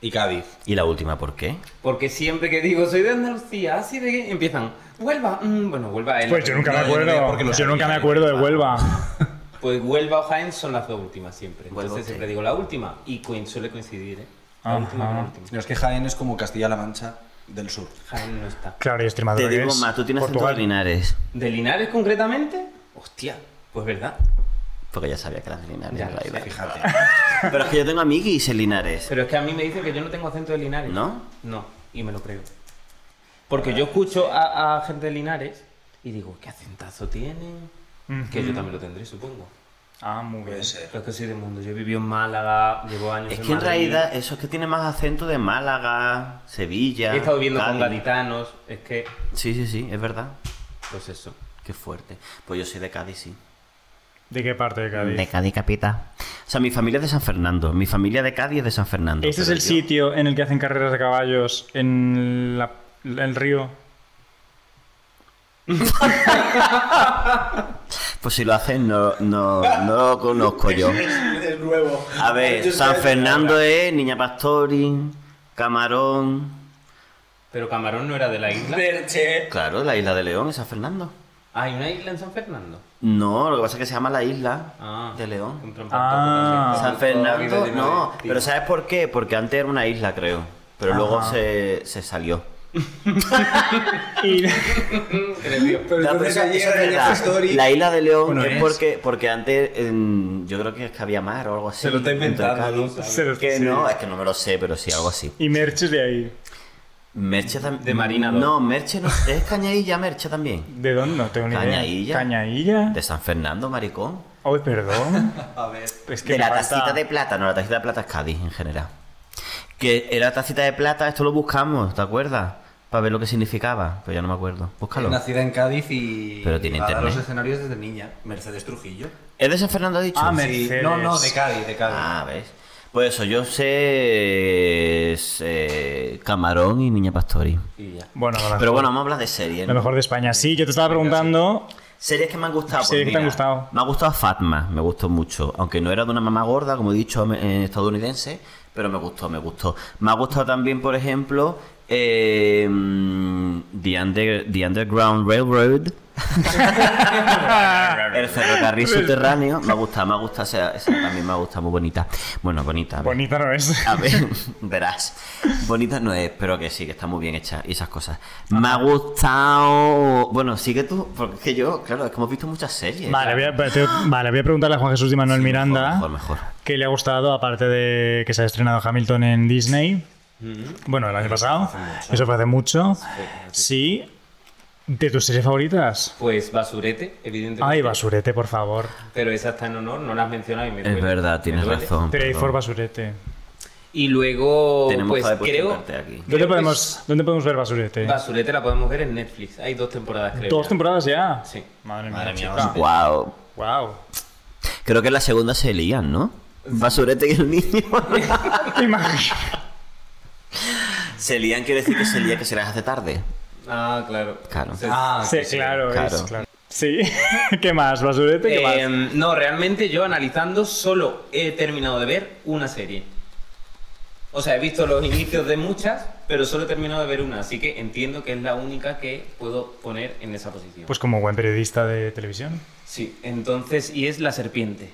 C: y Cádiz.
B: ¿Y la última por qué?
D: Porque siempre que digo soy de Andalucía, así de que empiezan, Huelva, mm, bueno, Huelva es la
A: Pues yo nunca
C: No,
A: me
C: yo no digo porque
A: acuerdo.
C: lo
A: Yo nunca me
C: sabía.
A: acuerdo de Huelva.
D: Pues Huelva o Jaén son las dos últimas siempre.
B: Huelva,
D: Entonces
B: ok.
D: siempre digo la última y coin- suele coincidir, ¿eh? La
A: Ajá.
D: última con la última.
C: No, es que Jaén es como Castilla-La Mancha del sur.
D: Jaén no está.
A: Claro, y Extremadura.
B: Te digo
A: es
B: más, tú tienes
A: Portugal.
B: acento de Linares.
D: ¿De Linares concretamente? Hostia, pues verdad.
B: Porque ya sabía que eran de Linares.
D: Ya,
B: en realidad.
C: Fíjate.
B: (laughs) Pero es que yo tengo amiguis en Linares.
D: Pero es que a mí me dicen que yo no tengo acento de Linares.
B: ¿No?
D: No, y me lo creo. Porque yo escucho a, a gente de Linares y digo, ¿qué acentazo tienen? Que yo también lo tendré, supongo.
A: Ah, muy bien.
C: Puede ser.
D: Pero es que soy de mundo. Yo he vivido en Málaga, llevo años
B: Es
D: en
B: que en
D: Madrid.
B: realidad eso es que tiene más acento de Málaga, Sevilla.
D: He estado viviendo con
B: Cádiz.
D: gaditanos. Es que,
B: Sí, sí, sí, es verdad.
D: pues eso.
B: Qué fuerte. Pues yo soy de Cádiz, sí.
A: ¿De qué parte de Cádiz?
B: De Cádiz capita. O sea, mi familia es de San Fernando. Mi familia de Cádiz es de San Fernando.
A: Este es
B: pero
A: el
B: yo-
A: sitio en el que hacen carreras de caballos en la- el río.
B: Pues si lo hacen, no, no, no lo conozco yo.
C: Es nuevo.
B: A ver, San Fernando es Niña Pastori, Camarón.
D: Pero Camarón no era de la isla.
C: Perche.
B: Claro, la isla de León es San Fernando.
D: ¿Hay una isla en San Fernando?
B: No, lo que pasa es que se llama la isla
D: Ah.
B: de León.
D: Un trampantojo
A: Ah.
B: San
D: también.
C: Toda la
B: Fernando,
C: vida
B: no.
C: llena de-
B: Pero ¿sabes por qué? Porque antes era una isla, creo. Pero luego
A: Ajá.
B: se, se salió.
C: (laughs)
A: Y
C: Pero
B: Ya,
C: entonces
B: pero
C: allí
B: eso- eso
C: era
B: es
C: Next
B: verdad.
C: Story.
B: La isla de León
A: Bueno,
B: es,
A: es.
B: porque, porque antes em, yo creo que es que había mar o algo así.
C: Se lo está
B: entre
C: inventando,
B: Cádiz.
C: ¿no?
A: se los-
B: Que
A: sí.
B: no, es que no me lo sé, pero sí, algo así.
A: Y Merches de ahí.
B: Merche también.
D: De Marina dos.
B: No, Merche no. Es Cañailla, Merche también.
A: ¿De dónde? No tengo ni idea.
B: Cañailla.
A: Cañailla.
B: De San Fernando, maricón.
A: Ay, perdón.
C: (laughs) A ver.
A: Es que
B: de
A: me
B: la
A: falta-
B: tacita de plata, no, la tacita de plata es Cádiz en general. Que era tacita de plata, esto lo buscamos, ¿te acuerdas? Para ver lo que significaba, pero ya no me acuerdo. Búscalo.
C: Nacida en Cádiz y.
B: Pero tiene
C: va a dar
B: internet.
C: los escenarios desde niña. Mercedes Trujillo.
B: ¿Es de San Fernando ha dicho?
A: Ah,
C: Sí.
A: Mercedes.
C: No, no, de Cádiz, de Cádiz.
B: Ah, ¿ves? Pues eso, yo sé eh, Camarón y Niña Pastori.
D: Y ya.
A: Bueno, a lo
B: Pero
A: mejor-
B: bueno, vamos a hablar de series.
A: lo
B: ¿no?
A: mejor de España. Sí, yo te estaba preguntando.
B: Series que me han gustado. pues
A: Series que te han
B: mira,
A: gustado.
B: Me ha gustado Fatma, me gustó mucho. Aunque no era de una mamá gorda, como he dicho, me- eh, estadounidense, pero me gustó, me gustó. Me ha gustado también, por ejemplo, eh, mm, The, Under- The Underground Railroad.
A: (laughs)
B: El ferrocarril subterráneo. Me ha gustado, me ha gustado. Esa, esa también me ha gustado, muy bonita.
A: (laughs)
B: Bueno, bonita. a ver.
A: Bonita no es.
B: A ver, (laughs) verás. Bonita no es, pero que sí, que está muy bien hecha y esas cosas.
A: Ah.
B: Me ha gustado. Bueno, sigue tú, porque es que yo, claro, es que hemos visto muchas series.
A: Vale voy, a, te- vale, voy a preguntarle a Juan Jesús Di Manuel
B: Sí, mejor,
A: Miranda
B: Mejor, mejor.
A: qué le ha gustado, aparte de que se ha estrenado Hamilton en Disney. Bueno, el año pasado. Eso fue hace mucho. Sí. ¿De tus series favoritas?
D: Pues Basurete, evidentemente.
A: Ay, basurete, por favor.
D: Pero esa está en honor, no la has mencionado y me duele.
B: Es verdad,
D: Me
B: tienes
D: duele.
B: razón.
A: Trade
B: perdón.
A: for basurete.
D: Y luego,
B: Tenemos
D: pues
B: que haber puesto
D: creo...
B: un cartel aquí.
A: ¿Dónde
D: creo que
A: podemos, ¿Dónde podemos ver basurete?
D: Basurete la podemos ver en Netflix. Hay dos temporadas, creo.
A: ¿Dos
D: ya.
A: temporadas ya?
D: Sí.
A: Madre mía.
D: Madre mía,
A: chica.
D: Basurete.
B: Wow.
A: Wow.
B: Creo que en la segunda se lían, ¿no? Basurete y
A: (laughs)
B: el niño.
A: Te imagino.
B: se lían, quiere decir que se lía que se las hace tarde.
D: Ah, claro.
B: Claro.
D: Sí.
C: Ah,
A: Sí,
C: que sí.
A: claro,
B: claro.
A: es claro. Sí. (laughs) ¿Qué más, basurete? ¿Qué
D: Eh,
A: más?
D: no, realmente yo analizando solo he terminado de ver una serie. O sea, he visto los inicios de muchas, pero solo he terminado de ver una, así que entiendo que es la única que puedo poner en esa posición.
A: Pues como buen periodista de televisión.
D: sí, entonces, y es La Serpiente.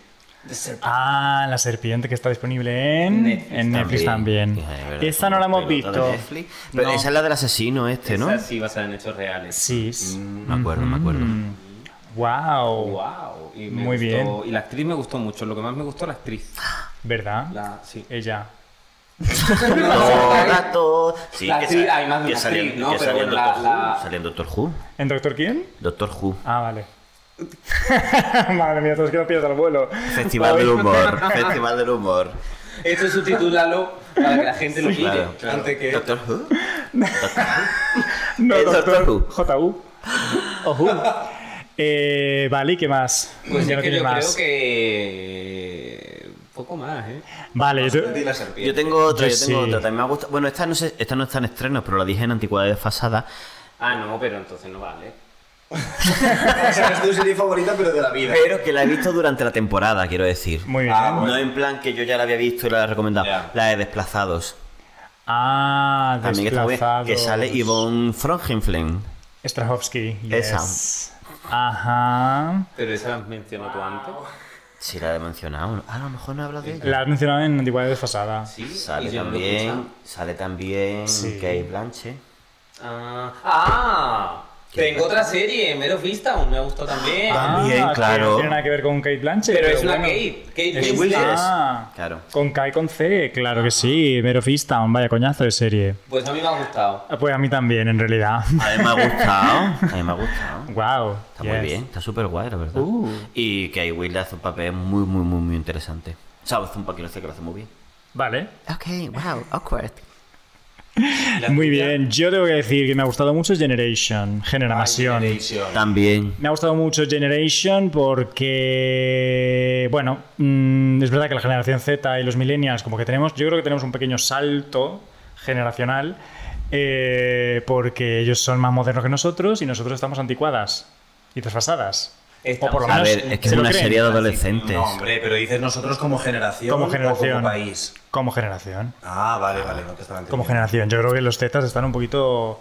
D: The Serpent.
A: Ah, la serpiente que está disponible en
D: Netflix
A: en Netflix también.
B: Hija, de verdad,
A: Esta no la hemos
B: pelota de
A: visto.
B: Netflix. Pero
D: No.
B: esa es la del asesino este, ¿no?
D: Esa sí basada en hechos reales.
A: Sí. s-
B: Me acuerdo, Pues me acuerdo.
A: Mm. Wow.
D: Wow. Y me
A: Muy Ah.
D: gustó- Y la actriz me gustó mucho, lo que más me gustó la actriz.
A: ¿Verdad?
D: La, sí.
A: Ella.
B: Toda, todo. Sí,
D: La
B: que
D: actriz-
B: sa-
D: hay más de
B: que
D: una
B: salía-
D: actriz, ¿no?
B: que
D: Pero
B: salía en
D: bueno,
B: Doctor
D: la-
B: Who,
D: la-
B: salía en Doctor Who.
A: ¿En Doctor quién?
B: Doctor Who.
A: Ah,
B: (laughs)
A: vale. Madre mía, todos que no pierdas el vuelo.
B: Festival del humor. (laughs) Festival del humor.
D: Esto subtitúlalo para que la gente lo mire.
B: Claro.
C: Antes que
B: Doctor Who.
A: No,
B: Es
A: Doctor
B: Doctor Who.
A: J.U. O Who. Eh, vale, ¿y qué más?
D: Pues
A: Ya
D: es
A: no
D: que
A: tienes
D: yo
A: más.
D: creo que... Poco más, ¿eh?
A: Vale, yo
C: di
A: te-
C: la serpiente. (laughs)
B: Yo tengo otra,
A: Yo
B: yo tengo
A: sí.
B: otra. También me ha gustado. Bueno, esta no, sé, esta no está en estrenos, pero la dije en Antigüedades Desfasada.
D: Ah, no, pero entonces no vale.
C: O sea, es tu serie favorita, pero de la vida.
B: Pero que la he visto durante la temporada, quiero decir.
A: Muy bien.
C: Ah, bueno.
B: No en plan que yo ya la había visto y la he recomendado.
D: Ya.
B: La de Desplazados.
A: Ah,
B: También está muy bien. Que sale Yvonne Frongenflen.
A: Strahovski.
B: Esa.
A: yes. Ajá.
D: Pero esa la has mencionado tú antes.
B: Sí, la he mencionado. Ah, A lo mejor no he hablado de ella.
A: La has mencionado en Antigüedad Desfasada.
D: Sí,
B: Sale
D: y yo no lo he
B: también,
D: escuchado.
B: sale también
A: Sí.
B: Kate Blanche.
D: Ah, ah, tengo otra serie, Mero Vista, me ha gustado también.
B: Ah, bien,
A: que
B: claro.
A: No tiene nada que ver con Kate Blanchett.
D: pero es una
A: bueno.
D: Kate, Kate
A: Es
D: Winslet.
A: Winslet.
D: Ah.
A: Ah.
B: Claro.
A: Con K y con C, claro que sí. Mero Fistown, vaya coñazo de serie.
D: Pues a mí me ha gustado.
A: Ah, Pues a mí también, en realidad. (laughs)
B: A mí me ha gustado. A mí me ha gustado.
A: wow.
B: Está muy bien, está súper guay, la verdad.
A: Uh.
B: Y que Will hace un papel muy, muy, muy, muy interesante. O sea, hace un papel que lo hace muy bien.
A: Vale.
B: Ok, wow, awkward.
A: Muy bien. Yo tengo que decir que me ha gustado mucho Generation. Generación.
B: También.
A: Me ha gustado mucho Generation porque, bueno, mm, es verdad que la generación Z y los millennials como que tenemos, yo creo que tenemos un pequeño salto generacional eh, porque ellos son más modernos que nosotros y nosotros estamos anticuadas y traspasadas. O por lo
D: Estamos-
B: A
A: menos
B: ver, es que
A: se
B: es
A: lo
B: una
A: creen
B: serie de adolescentes.
C: No, hombre, pero dices nosotros como generación.
A: Como
C: o
A: generación.
C: como país.
A: como generación.
C: Ah, vale, vale, no te estaba entendiendo.
A: Como generación. Yo creo que los Zetas están un poquito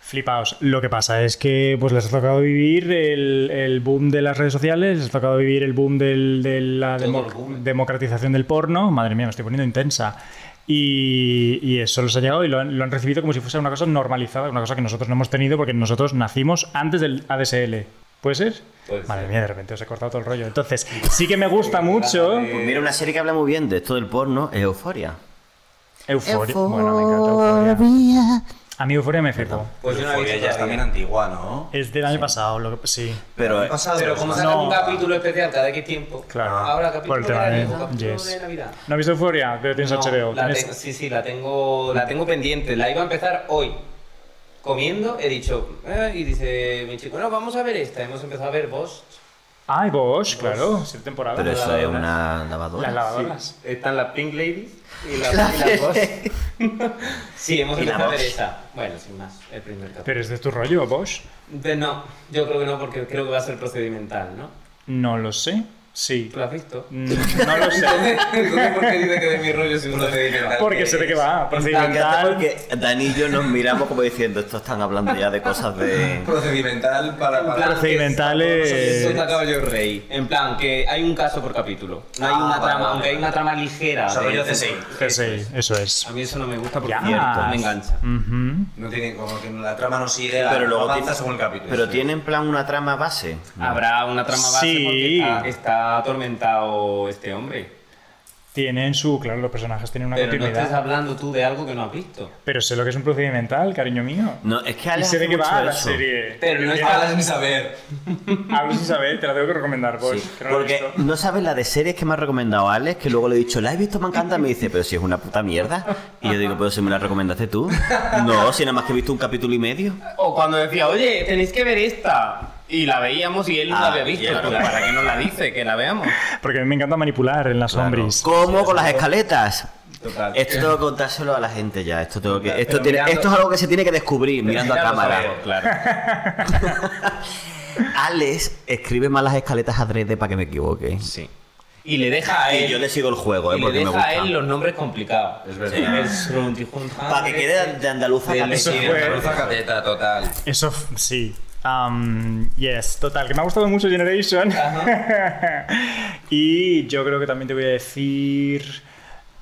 A: flipados. Lo que pasa es que pues les ha tocado vivir el, el boom de las redes sociales, les ha tocado vivir el boom del- de la
D: Todo
A: democ-
D: el boom.
A: democratización del porno. Madre mía, me estoy poniendo intensa. Y, y eso los ha llegado y lo han, lo han recibido como si fuese una cosa normalizada, una cosa que nosotros no hemos tenido porque nosotros nacimos antes del ADSL. ¿Puede ser?
D: Puede
A: Madre
D: ser.
A: mía, de repente os he cortado todo el rollo. Entonces, sí que me gusta mucho.
B: Pues mira, una serie que habla muy bien de esto del porno es Euforia.
A: Euforia. Bueno, me encanta Euforia. A mí Euforia me flipó.
D: Pues yo no la he
C: Euforia
D: visto
C: ya es
D: todavía.
C: también antigua, ¿no?
A: Es del año pasado, lo que, sí.
B: Pero eh,
C: Pasado,
D: Pero como
C: ¿no?
D: sacan un capítulo especial cada X tiempo,
A: Claro.
D: ahora capítulo
A: Por el tema
D: de
A: de-
D: Navidad, capítulo
A: yes.
D: de Navidad.
A: ¿No has visto Euforia? Pero tienes
D: No,
A: HBO.
D: la
A: tienes-
D: tengo- sí, sí, la tengo, la tengo pendiente. La iba a empezar hoy. Comiendo, he dicho, eh, y dice mi chico, no, vamos a ver esta. Hemos empezado a ver vos.
A: Ah, y Bosch, claro, siete temporadas.
B: Pero eso es una
A: Las
B: lavadora.
A: lavadoras.
D: Están las Pink Ladies y las la, y la (laughs) Sí, hemos
B: Y la
D: empezado a
B: voz.
D: ver esa. Bueno, sin más, el primer capítulo.
A: Pero es de tu rollo, Bosch.
D: De- no, yo creo que no, porque creo que va a ser procedimental, ¿no?
A: No lo sé. Sí.
D: ¿Tú lo has visto?
A: Mm, No
D: (laughs)
A: lo sé.
D: Entonces, ¿por qué dice que de mi rollo es un procedimental?
A: Porque sé de qué va. Procedimental.
B: Porque Dani y yo nos miramos como diciendo, estos están hablando ya de
A: (laughs)
B: cosas de...
C: Procedimental para...
D: En plan,
C: para...
A: procedimental
D: que-
A: es-
D: Eso te acabo yo rey. En plan, que hay un caso por capítulo. No hay
C: Ah,
D: una
C: vale,
D: trama,
C: vale,
D: aunque hay una trama ligera. de-
C: Desarrollo
D: de-
C: CSI.
A: Sí, eso es.
D: A mí eso no me gusta porque
A: Ya.
D: cierto, me engancha.
A: Ujú.
C: No tiene como que la trama no sigue, la,
B: Pero luego
C: no avanza
B: tiene-
C: según el capítulo.
B: Pero
C: Sí.
B: tiene en plan una trama base.
D: Habrá una trama base
A: Sí.
D: porque está, está atormentado este hombre.
A: Tienen su. Claro, los personajes tienen una
D: Pero no
A: continuidad.
D: estás hablando tú de algo que no has visto.
A: Pero sé lo que es un procedimental, cariño mío.
B: No, es que
A: Y
B: Alex
A: sé de
B: hace
A: qué va
B: mucho
A: la
B: eso.
A: serie.
D: Pero no está-
C: Habla sin saber.
A: Hablo sin saber, te la tengo que recomendar, Bosch.
B: Sí,
A: Pues, que no la he
B: porque
A: visto.
B: no sabes la de series que me ha recomendado Alex, que luego le he dicho, la he visto, me encanta, me dice, pero si es una puta mierda. Y yo digo, pero si me la recomendaste tú. No, si nada más que he visto un capítulo y medio.
D: O cuando decía, oye, tenéis que ver esta. Y la veíamos y él no
B: Ah,
D: la había visto.
B: claro.
D: Pues, ¿Para qué nos la dice? Que la veamos.
A: Porque a mí me encanta manipular en las hombris.
B: ¿Cómo con las escaletas?
C: Total.
B: Esto tengo que contárselo a la gente ya. Esto, tengo que, esto,
D: Pero
B: tiene-
D: mirando-
B: esto es algo que se tiene que descubrir mirando a
D: Mira, lo
B: cámara.
D: sabemos,
B: (laughs)
D: Claro.
B: Alex escribe mal las escaletas adrede para que me equivoque.
D: Sí. Y le deja a
B: Ah, Y
D: él.
B: yo le sigo el juego, eh,
D: y le
B: porque me
D: deja
B: gusta.
D: a él los nombres complicados. Es este,
C: verdad.
B: Para que quede de andaluza.
D: Del-
B: la
D: Eso
B: mentira.
A: fue-
C: Rosa Cateta, total.
A: Eso f- sí. Um, yes, total, que me ha gustado mucho Generation. (laughs) y yo creo que también te voy a decir.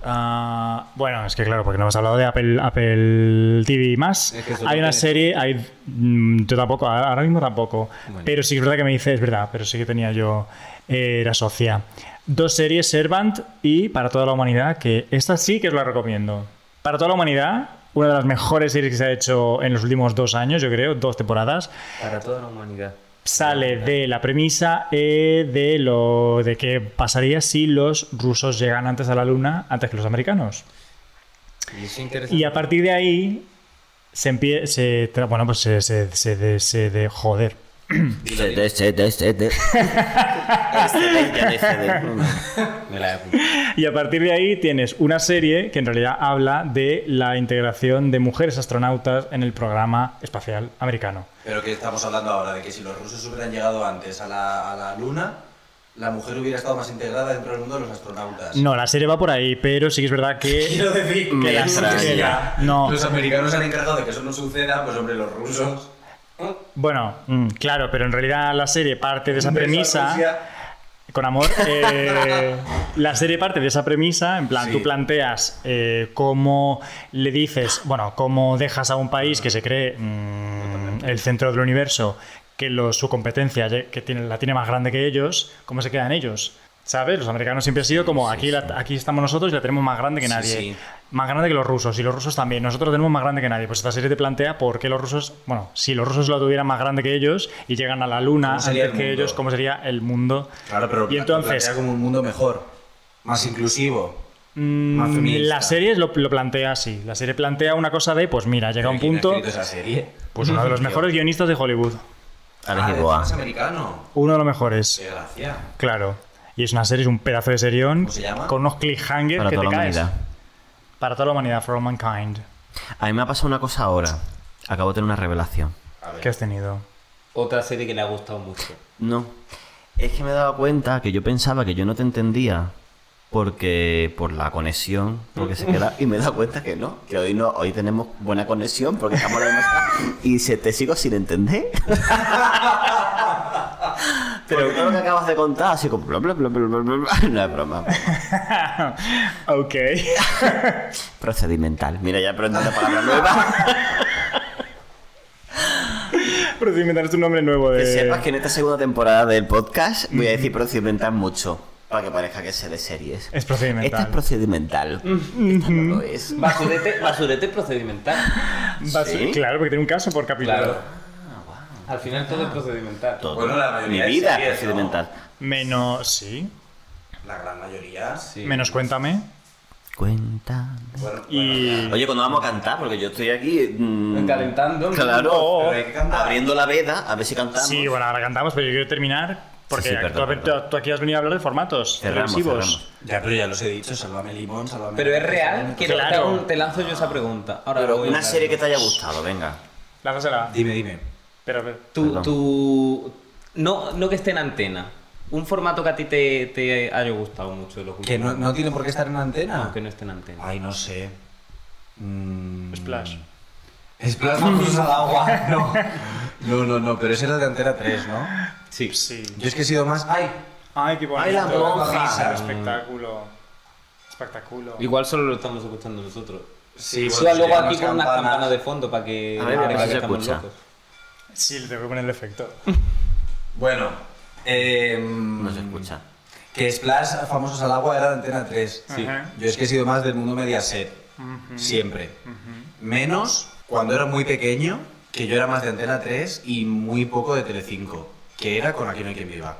A: ah, bueno, es que claro, porque no hemos hablado de Apple, Apple TV más.
D: Es que eso
A: hay
D: no
A: una
D: tiene.
A: serie, hay, mm, yo tampoco, a- ahora mismo tampoco. Pero sí que es verdad que me dice, es verdad, pero sí que tenía yo, eh, era socia. Dos series, Servant y Para toda la humanidad, que esta sí que os la recomiendo. Para toda la humanidad, una de las mejores series que se ha hecho en los últimos dos años, yo creo, dos temporadas
D: Para toda la humanidad.
A: sale de la premisa eh, de lo de qué pasaría si los rusos llegan antes a la luna antes que los americanos
D: Y es interesante.
A: y a partir de ahí se empie- se tra- bueno pues se se, se de- se de- joder
B: De- de- de- de- de-
D: (laughs)
B: de- este, Excelente, ya dice de-
D: Me la he apuntado.
A: y a partir de ahí tienes una serie que en realidad habla de la integración de mujeres astronautas en el programa espacial americano
C: Pero que estamos hablando ahora de que si los rusos hubieran llegado antes a la, a la luna, la mujer hubiera estado más integrada dentro del mundo de los astronautas.
A: no la serie va por ahí pero sí que es verdad
C: (laughs)
A: que
C: Quiero decir
B: Me
C: que la
B: extraña.
C: sociedad-
A: No.
C: los americanos se han encargado de que eso no suceda, pues hombre, los rusos.
A: bueno mm, claro pero en realidad la serie parte de esa
C: Beso a
A: premisa
C: Rusia.
A: Con amor, eh, la serie parte de esa premisa, en plan,
C: Sí.
A: tú planteas eh, cómo le dices, bueno, cómo dejas a un país que se cree mm, el centro del universo, que lo- su competencia ye- que tiene, la tiene más grande que ellos, cómo se quedan ellos. ¿Sabes? Los americanos siempre han sido como aquí, la- aquí estamos nosotros y la tenemos más grande que nadie.
C: sí.
A: Más grande que los rusos y los rusos también. Nosotros tenemos más grande que nadie. Pues esta serie te plantea por qué los rusos, bueno, si los rusos lo tuvieran más grande que ellos y llegan a la luna
C: ¿Cómo sería
A: antes
C: el
A: que
C: mundo?
A: ellos, ¿cómo sería el mundo?
C: Claro, pero
A: Y
C: lo
A: entonces-
C: plantea como un mundo mejor, más inclusivo. más
A: Mm,
C: feminista.
A: La serie lo, lo plantea así. La serie plantea una cosa de, pues mira, llega un
C: ¿Quién ha
A: punto.
C: escrito esa serie?
A: Pues uno de los mejores guionistas de Hollywood.
C: Ah,
B: Alex Iboa.
C: es americano.
A: Uno de los mejores,
C: Qué gracia.
A: claro. Y es una serie, es un pedazo de serión.
C: ¿Cómo se llama?
A: Con unos cliffhangers
B: Para
A: que
B: toda
A: te
B: la
A: caes.
B: humanidad.
A: Para toda la humanidad, for all mankind.
B: A mí me ha pasado una cosa ahora. Acabo de tener una revelación.
A: ¿Qué has tenido? (laughs)
D: Otra serie que le ha gustado mucho.
B: No. Es que me he dado cuenta que yo pensaba que yo no te entendía porque por la conexión, porque se queda y me he dado cuenta que no, que hoy no, hoy tenemos buena conexión porque estamos la misma- (laughs) y se te sigo sin entender. (laughs) Pero todo lo que acabas de contar, así como bla bla bla bla bla bla, bla, no es broma.
A: ok. (laughs)
B: Procedimental. Mira, ya aprendí una palabra nueva.
A: Pero si inventarás un nombre nuevo de.
B: Que sepas que en esta segunda temporada del podcast voy a decir procedimental mucho, para que parezca que sea de series.
A: Es
B: Esta Este es
A: procedimental.
B: procedimental. Esta no lo es.
D: Basurete,
A: (laughs)
D: basurete procedimental.
A: Va a
B: ¿Sí?
A: ser- Claro, porque tiene un caso por capítulo.
D: Claro. Al final todo es procedimental.
B: Ah, Todo.
C: Bueno, la mayoría
B: Mi
C: es
B: vida
C: series,
B: es procedimental.
A: Menos. Sí.
C: La gran mayoría.
D: Sí.
A: Menos cuéntame.
B: Cuenta.
C: Bueno,
A: Y.
B: Oye, cuando vamos a cantar, porque yo estoy aquí. mm,
D: Calentando, ¿no?
B: Claro.
A: Oh,
C: Pero hay que cantar.
B: Abriendo la veda, a ver si cantamos.
A: Sí, bueno, ahora cantamos, pero yo quiero terminar Porque
B: Sí, sí, perdón,
A: actualmente
B: perdón.
A: tú aquí has venido a hablar de formatos
B: Cerramos,
A: televisivos.
C: Ya, pero ya los he dicho, sálvame limón, sálvame.
D: Pero es real que te-
A: Claro.
D: te, hago- te lanzo yo esa pregunta. Ahora
B: Pero
D: voy a
B: una
D: hablar.
B: serie que te haya gustado, venga.
A: Lánzasela.
C: Dime, dime.
A: Pero, a ver.
D: Tú,
B: Perdón.
D: tú- No, no que esté en antena. Un formato que a ti te, te haya gustado mucho de los
C: Que no,
D: últimos.
C: no tiene por qué estar en antena.
D: Que no esté en antena.
C: Ay, no sé. Mm.
A: Splash.
C: Splash vamos al agua. No. No, no, no, pero ese era de Antena 3, ¿no?
B: Ah,
D: Sí.
A: Sí.
C: Yo es que he sido más. ¡Ay!
A: Ay, qué bonito.
C: Ay, la monja.
A: Espectáculo. Espectáculo.
D: Igual solo lo estamos escuchando nosotros.
C: Sí,
D: Y
C: bueno,
D: luego
C: sí,
D: aquí
C: unas
D: con unas
C: campanas.
D: campanas de fondo para que
B: A ver,
D: parezca
B: a ver si
D: que
B: se
D: estamos
B: escucha.
D: locos.
A: Sí, le tengo que poner el efecto.
C: Bueno. Eh,
B: No se escucha.
C: Que Splash, Famosos al Agua, era de Antena 3.
A: Sí. Ajá.
C: Yo es que he sido más del mundo Mediaset. Siempre. Menos cuando era muy pequeño, que yo era más de Antena 3 y muy poco de Telecinco. Que era con Aquí no hay quien viva.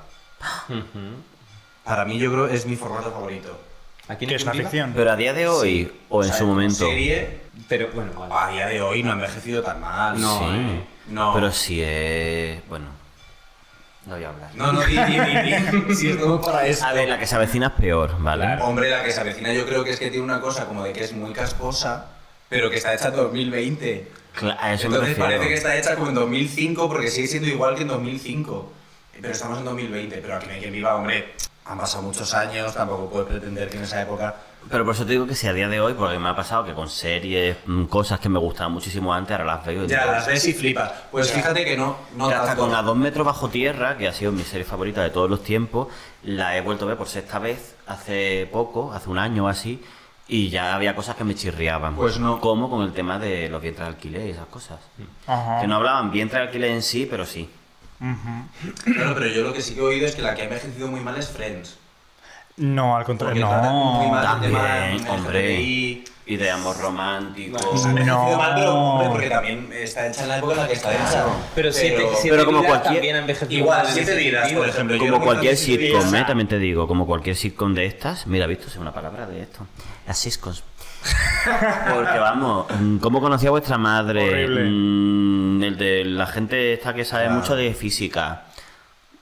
D: Ujú.
C: Para mí, yo creo, es mi formato favorito.
D: Aquí no
A: Que es una
D: hay quien viva.
A: ficción.
B: Pero a día de hoy o
C: O
B: en
C: sea,
B: su momento.
C: Serie,
D: Pero bueno, vale.
C: a día de hoy no ha envejecido tan mal.
B: No,
C: Sí.
B: eh.
C: no.
B: Pero si es. Bueno. No voy a hablar.
C: No, no, di, di, di,
B: (laughs)
C: di. Si estamos para eso.
B: A ver, la que se avecina es peor, ¿vale?
C: Hombre, la que se avecina yo creo que es que tiene una cosa como de que es muy casposa, pero que está hecha en 2020.
B: Cla- a eso me
C: Entonces
B: refiero.
C: parece que está hecha como en 2005 porque sigue siendo igual que en 2005. Pero estamos en 2020, pero aquí no hay quien viva, hombre. Han pasado muchos años, tampoco puedes pretender que en esa época...
B: Pero por eso te digo que si a día de hoy, porque me ha pasado que con series, mm, cosas que me gustaban muchísimo antes, ahora las veo y
C: Ya,
B: digo,
C: las ves y flipas. Pues fíjate que no, no
B: que hasta
C: tanto.
B: con A Dos Metros Bajo Tierra, que ha sido mi serie favorita de todos los tiempos, la he vuelto a ver por sexta vez hace poco, hace un año o así, y ya había cosas que me chirriaban.
C: Pues no.
B: Como con el tema de los vientres de alquiler y esas cosas.
A: Ajá.
B: Que no hablaban vientres de alquiler en sí, pero sí.
C: Claro, pero yo lo que sí que he oído es que la que ha envejecido muy mal es Friends.
A: No, al
C: Porque
A: contrario.
C: tratan muy
A: No.
C: mal el tema
B: También,
C: del
B: hombre.
C: LGTBI.
B: Y de amor romántico.
C: O sea, ha
A: No.
C: envejecido Pues mal, pero, hombre, porque también está hecha en la época en la que está hecha.
D: Pero, si siete, siete
B: pero como
D: vidas
B: cualquier-
D: también han envejecido
C: Igual,
D: mal en
C: siete
D: ese
C: dirás,
D: sentido.
C: por ejemplo. yo
B: Como
C: creo
B: cualquier
C: que siete dirás,
B: sitcom, ¿eh? también te digo, como cualquier sitcom de estas, mira, visto, sé una palabra de esto,
C: (laughs)
B: las sitcoms. Porque vamos, mm, ¿cómo conocía vuestra madre?
A: Horrible.
B: Mm, el de la gente esta que sabe
C: Claro.
B: mucho de física.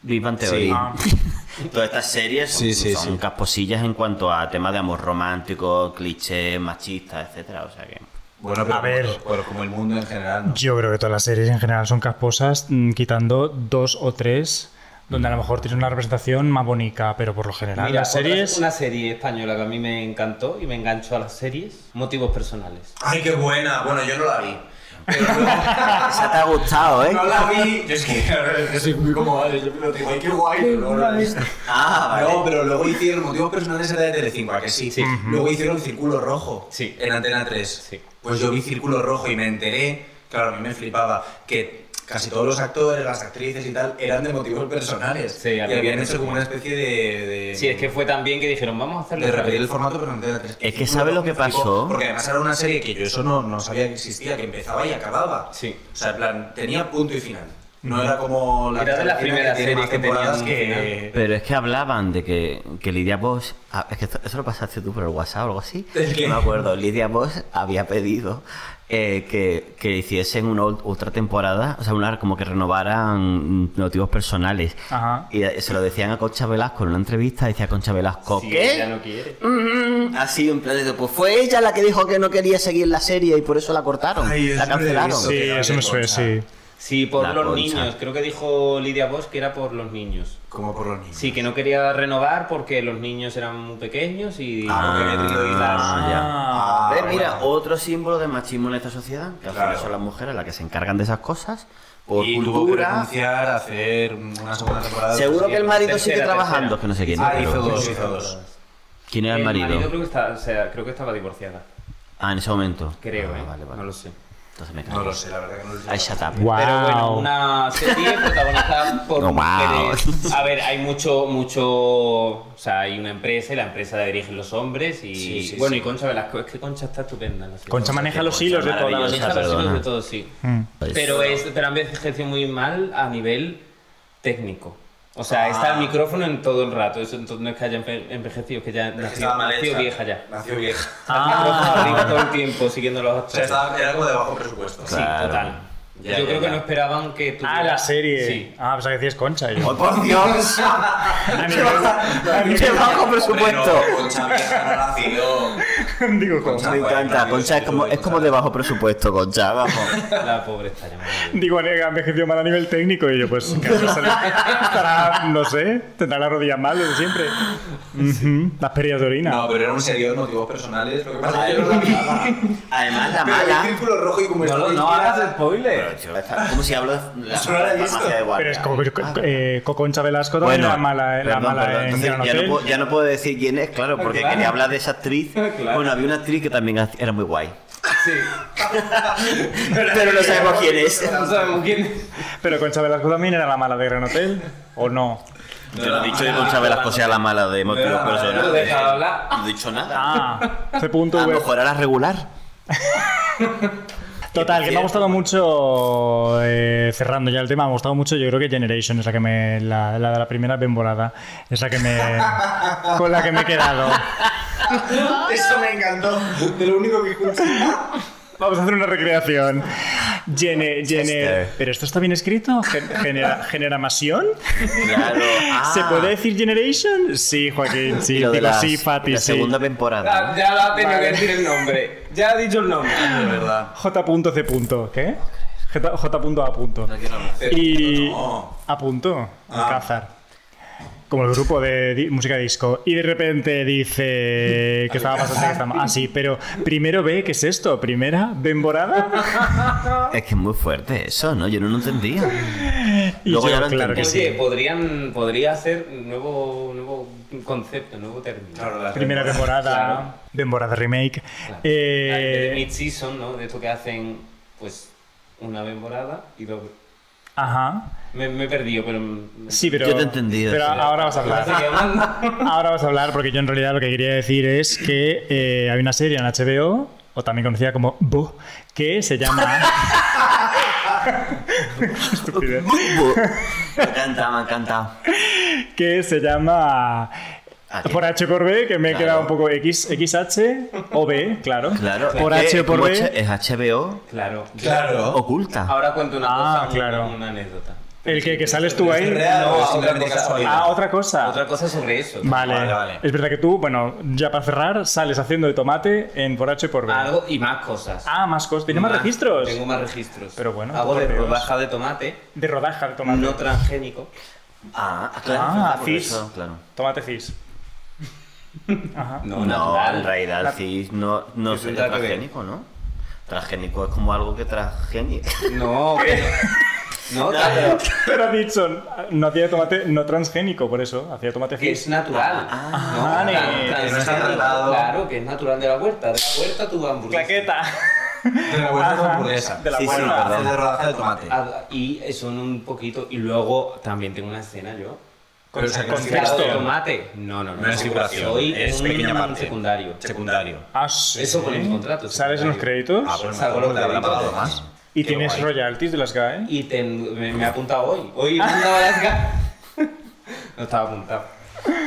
B: Viva en teoría. (laughs) Todas estas series son,
C: Sí, sí,
B: son
C: sí.
B: casposillas en cuanto a temas de amor romántico, clichés, machistas, etcétera. O sea que.
C: Bueno, pero,
A: A ver.
C: Como, pero como el mundo en general, ¿no?
A: Yo creo que todas las series en general son casposas, mm, quitando dos o tres, donde a lo mejor tienen una representación más bonita, pero por lo general
D: Mira,
A: las
D: otra-
A: series.
D: Una serie española que a mí me encantó y me enganchó a las series. Motivos personales.
C: Ay, qué buena. Bueno, yo no la vi. Pero
A: (laughs)
B: Esa te ha gustado, ¿eh?
C: no, no la vi. Yo es que (laughs) yo soy muy como vale, yo me lo digo, ay, qué guay. pero no la vi.
B: Ah, vale.
C: No, pero luego hicieron motivos personales era de Telecinco, ¿a que sí?
D: Sí. Ujú.
C: Luego hicieron Círculo Rojo
D: Sí.
C: en Antena 3.
D: Sí.
C: Pues yo vi Círculo Rojo y me enteré, claro, a mí me flipaba, que casi todos los actores, las actrices y tal, eran de motivos personales.
D: Sí,
C: y
D: había
C: habían
D: mucho.
C: hecho como una especie de... de-
D: Sí, es que fue tan bien que dijeron, vamos a hacerlo.
C: de
D: otra
C: repetir el
D: vez.
C: formato, pero en Antena 3.
B: Es que
C: Círculo
B: ¿sabe lo
C: Rojo
B: que
C: me flipó,
B: pasó?
C: Porque además era una serie que yo eso no, no sabía que existía, que empezaba y acababa.
D: Sí.
C: O sea, en plan, tenía punto y final. No era como la
D: Era de las
C: que tiene
D: primeras
C: tiene más
D: series que
C: temporadas
D: tenían un
C: que-
D: final.
B: Pero es que hablaban de que, que Lidia Bosch. ah, Es que esto- eso lo pasaste tú por el WhatsApp o algo así.
C: ¿El qué?
B: No me acuerdo. Lidia Bosch había pedido eh, que, que hiciesen una ult- otra temporada, o sea, una, como que renovaran mm, motivos personales.
A: Ajá.
B: Y eh, se lo decían a Concha Velasco en una entrevista. Decía Concha Velasco,
D: Sí,
B: ¿qué?
D: ella no quiere.
B: Mm, así, en plan de, pues fue ella la que dijo que no quería seguir la serie y por eso la cortaron.
C: Ay,
B: la
C: eso no lo he
B: cancelaron.
C: visto.
A: Sí,
C: que la
A: eso me
C: de
A: suena,
C: Concha.
A: sí.
D: Sí, por
B: La
D: los
B: concha.
D: niños. Creo que dijo Lidia Bosch que era por los niños.
C: Como por los niños.
D: Sí, que no quería renovar porque los niños eran muy pequeños y...
B: Ah,
D: porque había tenido
B: ya.
D: hijas.
C: Ah,
B: ¿Ves?
C: bueno.
B: Mira, otro símbolo de machismo en esta sociedad, que al
C: Claro.
B: final son las mujeres las que se encargan de esas cosas, por
C: y tuvo que
B: cultura.
C: renunciar a hacer una segunda temporada.
B: Seguro que el marido sigue
D: Tercera,
B: trabajando,
D: tercera.
B: que no sé quién.
C: Ah,
B: pero-
C: hizo dos, hizo dos.
B: ¿Quién era el marido?
D: creo, que está- o sea, creo que estaba divorciada.
B: Ah, en ese momento.
D: Creo,
B: Ah,
D: ¿eh?
B: Vale, vale.
D: No lo sé.
B: Entonces me cago.
C: No lo sé, la verdad que no lo sé.
B: Ay, shut up.
A: Guau.
D: Pero bueno, una serie protagonizada por
B: No, wow.
D: mujeres. A ver, hay mucho, mucho. O sea, hay una empresa y la empresa la dirigen los hombres. Y
C: Sí, sí,
D: bueno,
C: sí.
D: y Concha Velasco, es que Concha está estupenda. No sé.
A: Concha maneja los hilos de todas las
B: maravillosa.
D: Concha
A: cosas.
D: Velasco
B: perdona.
D: de todo, sí.
A: Mm.
D: Pero, es, pero han envejecido muy mal a nivel técnico. O sea,
C: Ah.
D: está el micrófono en todo el rato. Eso entonces no es que haya enve- envejecido, es que ya
C: Es que
D: nació,
C: estaba mal
D: nació
C: hecha.
D: vieja ya.
C: Nació vieja.
A: Ah.
D: Está el micrófono arriba todo el tiempo siguiendo los
C: O sea,
D: actores.
C: estaba, era como de bajo presupuesto.
D: Sí,
B: Claro.
D: total. Yo creo que no esperaban que tú.
A: Ah, la serie.
D: Sí.
A: Ah, pues que decías Concha. y (laughs)
B: ¡Oh,
A: Yo.
B: por Dios! ¡Qué bajo- ¡Qué bajo presupuesto!
C: Pero Concha Vieja no pues, ha nacido.
A: (laughs) Digo, jo-
B: Me encanta, Concha es como, es como de bajo presupuesto, Concha,
D: (laughs)
B: vamos.
D: La pobre está llamada.
A: digo, que ha envejecido mal a nivel técnico. Y yo, pues, que ahora se le- estará, no sé, tendrá la rodilla mal desde siempre. Ujú, Las pérdidas de orina.
C: No, pero era un serio motivos personales. Lo que pasa es que yo no
B: Además, la
C: Pero el
B: mala.
C: círculo rojo y como
D: No,
C: está
D: lo- no
C: izquierda-
D: hagas spoiler.
B: Como si hablo de la
C: Eso no lo he
B: farmacia
C: visto.
B: de guardia.
A: pero es como
B: Ah,
A: eh, Concha Velasco también
B: Bueno,
A: era mala, era
B: perdón,
A: mala
B: perdón.
A: en
B: Entonces,
A: Gran
B: ya, no
A: Hotel.
B: puedo, ya no puedo decir quién es, claro, porque
D: Claro.
B: quería hablar de esa actriz.
D: Claro.
B: Bueno, había una actriz que también ha- era muy guay.
D: Sí.
B: Pero no sabemos quién es.
D: No sabemos quién es.
A: Pero Concha Velasco también era la mala de Gran Hotel, ¿o no?
B: Yo no he dicho que Concha Velasco sea la mala de motivos
C: No, no, no,
B: personales.
D: No deja de hablar.
B: No he dicho nada.
A: Ah, ese
B: A
A: punto
B: lo
A: V.
B: mejor era regular.
A: Total, que me ha
B: Cierto.
A: gustado mucho, eh, cerrando ya el tema, me ha gustado mucho, yo creo que Generation es la que me, la, la de la primera temporada, es la que (laughs) me, con la que me he quedado.
C: Eso me encantó. De lo único que escuché.
A: Vamos a hacer una recreación. Gene, Gene,
B: Chester.
A: ¿pero esto está bien escrito? Gen- Genera, ¿Generamación?
B: Claro. Ah.
A: ¿Se puede decir Generation? Sí, (laughs) Joaquín, sí,
B: Y lo de
A: digo
B: las-
A: sí, Fati,
B: la
A: sí.
B: segunda temporada.
D: Ya lo ha tenido que decir el nombre. Ya ha dicho el nombre.
C: De verdad.
A: J.C. ¿Qué? J- J.A. Y a punto, Alcázar. Como el grupo de di- música disco. Y de repente dice que estaba bastante que estaba mal. Ah, sí, pero primero B, ¿qué es esto? ¿Primera temporada?
B: Es que es muy fuerte eso, ¿no? Yo no lo entendía.
A: Y
B: Luego
A: yo,
B: ya lo
A: claro que
B: entendí.
A: sí.
D: Oye, podrían, podría ser nuevo, nuevo concepto, nuevo término.
C: Claro, la
A: Primera
D: Claro.
A: temporada, temporada remake.
D: de
A: Eh,
D: mid-season, ¿no? De esto que hacen, pues, una temporada y dos.
A: ajá.
D: Me, me he perdido, pero. me-
A: Sí, pero.
B: Yo te he entendido.
A: Pero ahora vas a
D: me
A: hablar.
D: estoy llamando.
A: Ahora vas a hablar porque yo en realidad lo que quería decir es que eh, hay una serie en HBO, o también conocida como Boo, que se llama... Estupidez. (laughs)
B: me encanta, me encanta.
A: que se llama...
B: ¿A qué?
A: Por H por B, que me he
B: Claro.
A: quedado un poco X, XH o B, claro.
B: Claro.
A: Por
B: es que
A: H o por
B: como
A: B.
B: Es HBO
D: Claro.
C: Claro.
B: oculta.
D: Ahora cuento una
A: Ah,
D: cosa,
A: claro.
D: una, una anécdota.
A: El que, que sales tú ahí.
C: Real
D: No,
C: o es
D: otra
C: simplemente
D: cosa.
C: casualidad.
A: Ah, otra cosa.
D: Otra cosa sobre eso.
A: Vale.
C: Vale, vale.
A: Es verdad que tú, bueno, ya para cerrar, sales haciendo de tomate en por H por B.
D: Algo y más cosas.
A: Ah, más cosas. ¿Tienes más registros?
D: Tengo más registros.
A: Pero bueno,
D: Hago de
A: por Dios.
D: rodaja de tomate,
A: De rodaja de tomate.
D: no transgénico.
B: Ah, claro.
A: Ah,
B: verdad, por
A: Fizz.
B: eso, Claro.
A: Tomate cis. Ajá.
D: No,
B: No,
D: natural.
B: en realidad
A: La-
B: sí, no, no
D: Es
B: sería
D: verdad que-
B: transgénico, ¿no? Transgénico es como algo que transgénico.
D: No, pero. No,
B: Claro.
A: (laughs) Pero ha dicho, no hacía tomate no transgénico, por eso, hacía tomate
D: que es
A: cis.
D: natural. no,
A: vale.
D: claro, claro,
C: Que no está
D: claro,
C: tratado.
D: Claro, que es natural de la huerta. De la huerta tu hamburguesa.
A: Claqueta.
C: De la vuelta de hamburguesa.
A: De la
B: Sí, sí,
A: buena.
B: perdón.
C: De rodaja de tomate.
D: Ah, Y son un poquito. Y luego también tengo una escena yo.
C: Pero, o sea, que no es
A: Contexto.
D: Claro, de
C: figuración.
D: tomate. No, no, no.
C: No es figuración,
D: Soy
C: es
D: un
C: pequeña parte.
D: secundario.
C: Secundario.
A: Ah, sí.
D: Eso con el contrato,
A: ¿Sales en los
D: secundario.
A: créditos?
C: Ah, bueno,
D: Salgo
C: ¿cómo
D: lo
C: te habrá
D: que-
C: pagado más?
A: y
C: qué
A: tienes
C: guay.
A: royalties de las GAE.
D: Y te- me, me he apuntado hoy. Hoy he apuntado a las ga- (laughs) No estaba apuntado.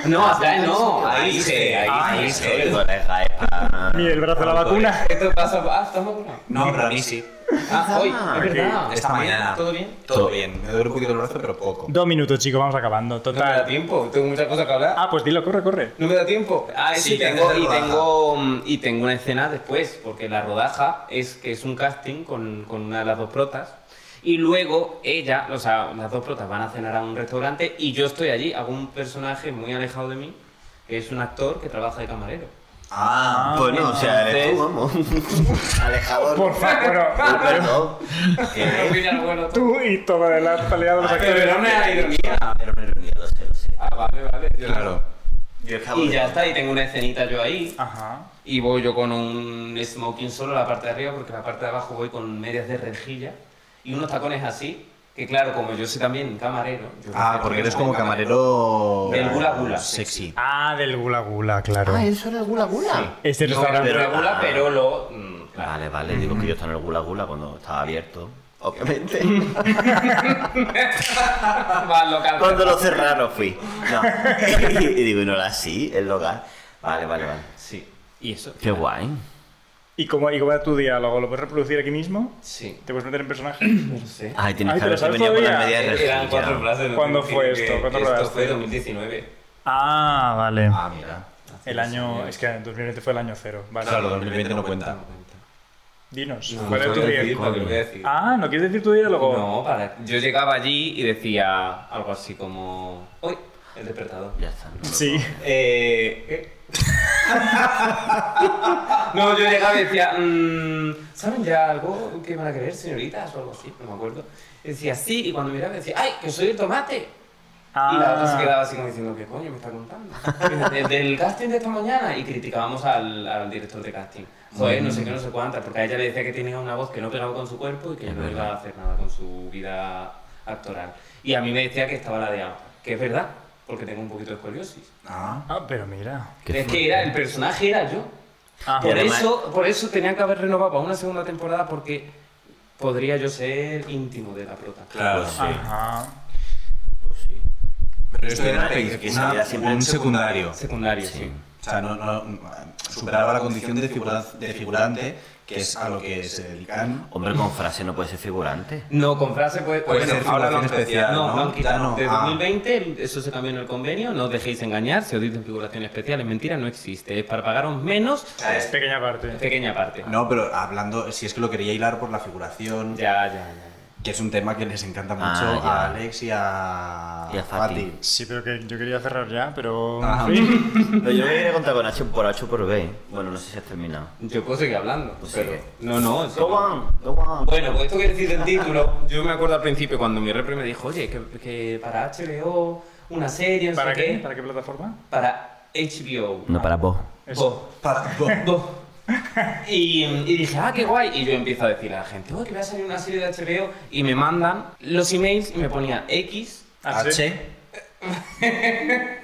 D: No,
C: Ah,
D: acá no. Ahí dije, ahí
B: (laughs)
D: dije.
B: Colega, es pa-
A: Ni el brazo de la vacuna.
D: Esto pasa. Ah, estás vacunado.
C: No, para mí sí.
D: Ah, hoy. Es verdad.
C: Esta mañana.
D: ¿Todo bien?
C: Todo bien. Me duele un poquito el brazo, pero poco.
A: Dos minutos, chicos, vamos acabando.
D: No me da
A: Total.
D: tiempo. Tengo muchas cosas que hablar.
A: Ah, pues dilo, corre, corre.
D: No me da tiempo. Ah, sí,
C: Sí,
D: tengo,
C: antes de
D: y,
C: la rodaja.
D: tengo, mm, y tengo una escena después, porque la rodaja es que es un casting con, con una de las dos protas. Y luego ella, o sea, las dos protas van a cenar a un restaurante y yo estoy allí. Hago un personaje muy alejado de mí, que es un actor que trabaja de
C: (laughs)
D: camarero.
C: Ah,
B: Bueno, o sea, eres tú, vamos. Alejador.
D: (laughs)
A: Por favor,
B: Uy, perdón. Eh, ¿Qué?
A: tú y toda de la pelea de los actores.
D: Ah, Pero no me da ironía.
B: Pero me reuní, lo sé, lo sé.
D: Ah, vale, vale. yo-
C: claro.
B: Yo acabo
D: Y
B: de-
D: ya está, y tengo una escenita yo ahí.
A: Ajá.
D: Y voy yo con un smoking solo a la parte de arriba, porque la parte de abajo voy con medias de rejilla y unos tacones así, que claro, como yo soy también camarero. yo
C: Ah,
D: prefiero
C: porque eres
D: ser
C: como camarero.
D: Del gula gula.
C: Sexy.
A: Ah, del gula gula, claro.
B: Ah, eso era el gula gula.
A: Este
D: No, era
A: restaurante.
D: gula
B: Pero-
D: gula, pero lo... mm, claro. (laughs)
B: Vale, vale, digo que yo estaba en el gula gula cuando estaba abierto. Obviamente.
D: Mal local.
B: Cuando lo cerraron fui. No. (laughs) y digo, y no era así, el local. Vale, vale, vale.
D: Sí. Y eso.
B: Qué guay.
A: ¿Y cómo, ¿Y cómo era tu diálogo? ¿Lo puedes reproducir aquí mismo?
D: Sí.
A: ¿Te puedes meter en
D: (coughs)
A: personaje?
D: No sé. Eh,
B: Ay, tienes
A: Ay,
B: que
A: pero
B: haber
A: ¿sabes
B: venido con las
A: todavía?
B: medias de
D: Eran
B: regil
D: cuatro
B: ya.
D: frases. no
A: ¿Cuándo
D: tengo
A: fue
D: que-
A: esto?
D: que
A: ¿Cuándo
D: Esto
A: rodaste?
D: fue 2019.
A: Ah, vale.
C: Ah, mira.
A: El año. Es que en 2020 fue el año cero. Vale.
E: Claro, 2020 no cuenta.
A: Dinos.
D: No,
A: ¿Cuál
D: no
A: es tu
D: voy a decir,
A: diálogo?
D: no lo voy a decir.
A: Ah, ¿no quieres decir tu diálogo?
D: No, para... yo llegaba allí y decía algo así como... ¡Uy! El despertador.
B: Ya está. no lo
A: Sí.
D: Eh... (laughs) ¿qué? no, yo llegaba y decía, mm, ¿saben ya algo que van a querer, señoritas? O algo así, no me acuerdo. Y decía, sí, y cuando miraba decía, ¡ay, que soy el tomate!
A: Ah.
D: Y la otra se quedaba así como diciendo, ¿qué coño me está contando? Desde del casting de esta mañana y criticábamos al, al director de casting. Joder, no sé qué, no sé cuántas, porque a ella le decía que tenía una voz que no pegaba con su cuerpo y que no iba a hacer nada con su vida actoral. Y a mí me decía que estaba ladeado, que es verdad, porque tengo un poquito de escoliosis.
C: Ah.
A: Ah, pero mira.
B: Qué
D: es que era, el personaje era yo.
A: Ah,
D: por,
B: Y además-
D: eso, por eso tenían que haber renovado para una segunda temporada porque podría yo ser íntimo de la prota.
C: Claro, Pues sí.
A: Ah, Ajá.
C: Pero esto era
B: que se vea siempre
C: un secundario.
D: Secundario, sí.
C: O sea, no, no, superaba la condición de, figura- de figurante, que es a lo que se dedican.
B: Hombre, con frase no puede ser figurante.
D: No, con frase puede,
C: Puede
D: bueno,
C: ser
D: ahora
C: figuración
D: han-
C: especial,
D: No,
C: ¿no?
D: lo han
C: Ya
D: quitado.
C: no,
D: De
C: ah.
D: 2020 eso se cambió en el convenio, no os dejéis engañar, si os dicen figuración especial, es mentira, no existe. Es para pagaros menos,
A: Es pequeña parte.
D: pequeña parte.
C: No, pero hablando, si es que lo quería hilar por la figuración,
D: Ya, ya, ya.
C: que es un tema que les encanta mucho
B: Ah, ya.
C: a Alex y a,
B: Y a Fati.
A: Sí, pero que yo quería cerrar ya, pero.
C: Ajá.
B: Pero yo lo quería contar con H por H o por B. Bueno, no sé si has terminado.
D: Yo puedo seguir hablando,
B: Pues
D: pero...
B: sigue.
D: No, no, eso
B: Go
D: no.
B: on, go on.
D: Bueno, pues esto que decís del título, yo me acuerdo al principio cuando mi repre me dijo, oye, que, que para HBO, una serie, no
A: ¿Para
D: sé
A: qué? ¿Para qué plataforma?
D: Para HBO.
B: No, para vos.
C: Oh,
D: Bo.
C: Para- bo-
D: Bo. Y, y dije, ah, qué guay. Y yo empiezo a decirle a la gente, oh, que va a salir una serie de HBO. Y me mandan los emails y me ponía X.
A: Ah, sí.
C: H.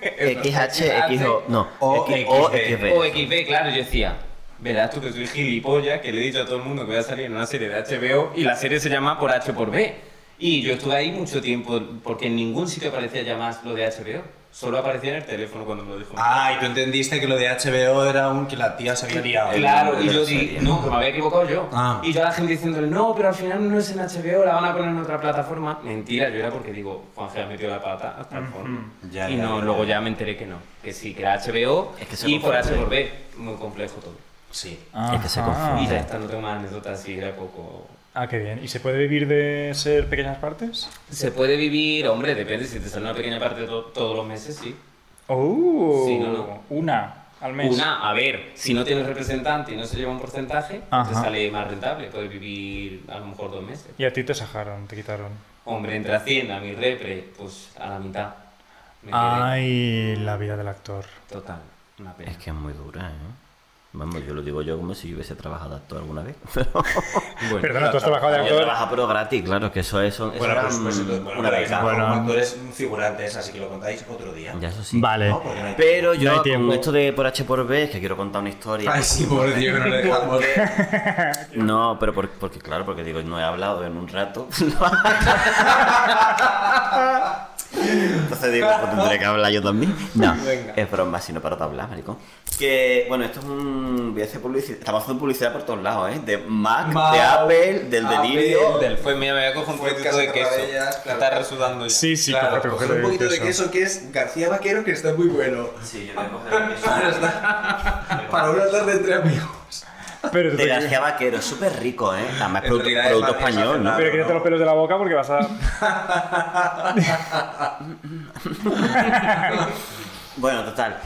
B: XH, XO. No,
C: O
B: X- O,
C: XB.
D: O
B: XB.
D: XB, claro, yo decía. Verás tú que soy gilipollas, que le he dicho a todo el mundo que voy a salir en una serie de HBO y la serie se llama Por H por B. Y yo estuve ahí mucho tiempo porque en ningún sitio aparecía ya más lo de HBO. Solo aparecía en el teléfono cuando me lo dijo.
C: Ah, y tú entendiste que lo de HBO era un que la tía se había liado.
D: Claro, y
B: de
D: yo
B: la
D: dije,
B: serie.
D: no, que me había equivocado yo.
C: Ah.
D: Y yo a la gente diciéndole, no, pero al final no es en HBO, la van a poner en otra plataforma. Mentira, yo era porque digo, Juan G ha metido la pata hasta el fondo.
C: Ya,
D: y
C: ya,
D: no,
C: ya.
D: luego ya me enteré que no, que sí, que era HBO
B: Es que se
D: y por H
B: confunde.
D: por B. Muy complejo todo.
C: Sí.
B: Es que se
D: Y ya
B: confunde.
D: está, no tengo más anécdotas y era poco.
A: Ah, qué bien. ¿Y se puede vivir de ser pequeñas partes?
D: Se puede vivir, hombre, depende, si te sale una pequeña parte to- todos los meses, sí.
A: Oh,
D: Sí, no, no.
A: una al mes.
D: Una, a ver, si no tienes representante y no se lleva un porcentaje,
A: Ajá.
D: te sale más rentable, puedes vivir a lo mejor dos meses.
A: Y a ti te sajaron, te quitaron.
D: Hombre, entre Hacienda, mi repre, pues a la mitad. Me quedé
A: Ay, la vida del actor.
D: total. Una pena.
B: Es que es muy dura, ¿eh? Vamos, yo lo digo yo como si yo hubiese trabajado de actor
A: (laughs)
B: alguna vez. Pero
D: Bueno,
A: Perdona, tú has trabajado de
B: yo
A: actor.
B: trabajaba pero gratis, claro, que eso es... Eso
C: Bueno,
B: era
C: pues, pues,
B: un-
C: bueno,
B: una
C: pero
B: beca.
C: quizá
A: Bueno.
C: como actores figurantes, así que lo contáis otro día.
B: Ya, eso sí.
A: Vale.
C: No, porque no hay-
B: Pero yo
A: No hay
B: con
A: tiempo. Ah,
B: esto de por H por B, es que quiero contar una historia.
C: Ay, sí, pobre tío, que no le dejamos.
B: (laughs) No, pero por- porque, claro, porque digo, no he hablado en un rato. (laughs) Entonces digo, pues tendré que hablar yo también. No, es broma, si no paro de hablar, maricón. Que, bueno, esto es un... Voy a hacer publicidad. Estamos haciendo publicidad por todos lados, ¿eh? De Mac,
C: Mau,
B: de Apple, del
C: Apple,
B: delirio.
D: Del fue mía, me voy a coger un
C: Fue
D: poquito de
C: casa
D: queso.
C: Tarradellas, claro.
D: Está resudando ya.
A: Sí, sí,
C: claro,
A: que
C: coger un poquito de queso que es García Vaquero, que está muy bueno.
B: Sí, yo voy a coger eso.
C: Para, estar- para una tarde entre amigos.
A: Pero, te-
B: De García Vaquero, súper rico, ¿eh? Además,
C: En
B: producto,
C: realidad es
B: producto
C: más
B: español, ¿no?
A: pero quítate los pelos de la boca porque vas a.
B: Bueno, (laughs) total.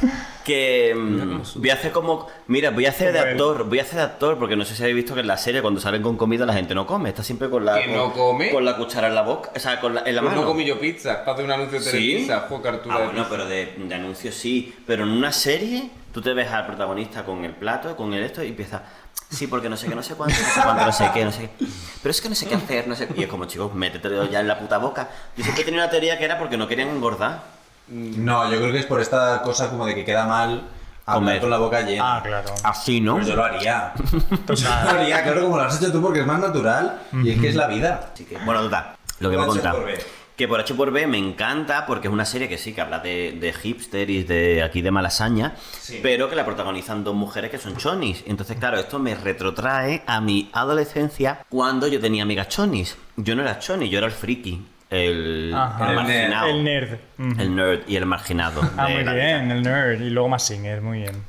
B: Que mm, voy a hacer como. Mira, voy a hacer de
A: Como él.
B: actor, voy a hacer de actor, porque no sé si habéis visto que en la serie cuando salen con comida la gente no come, está siempre con la.
D: ¿Que
B: con,
D: no come? Pues
B: con la cuchara en la boca, o sea, con la, en la mano.
D: No comí yo pizza. Para hacer un anuncio de
B: ¿Sí?
D: Telepizza, juego cartura
B: Ah,
D: de
B: bueno, pero de, de anuncio sí. Pero en una serie, tú te ves al protagonista con el plato, con el esto, y empieza. Sí, porque no sé qué, no sé cuánto, no sé cuánto, no sé qué, no sé qué. Pero es que no sé qué hacer, no sé. Y es como, chicos, métetelo ya en la puta boca. Yo siempre tenía una teoría que era porque no querían engordar.
C: Mm. No, yo creo que es por esta cosa como de que queda mal
B: Comer.
C: hablar con la boca llena.
A: Ah, claro.
B: Así, ¿no?
C: Pues yo lo
B: (laughs)
C: haría. yo lo haría, claro, como lo has hecho tú, porque es más natural y es que es la vida.
B: Así que, bueno, total, lo que voy a
C: Pancho
B: contar.
C: por B.
B: Que por H por B me encanta porque es una serie que sí, que habla de, de hipster y de aquí de malasaña,
D: Sí.
B: pero que la protagonizan dos mujeres que son chonis. Entonces, claro, esto me retrotrae a mi adolescencia cuando yo tenía amigas chonis. Yo no era choni, yo era el friki, el,
A: Ajá.
B: el
C: El nerd.
B: marginado.
A: El nerd. Ujú.
B: El nerd y el marginado.
A: Ah,
B: de
A: muy
B: la vida.
A: bien, el nerd. Y luego más singer, muy
B: (laughs)
A: bien.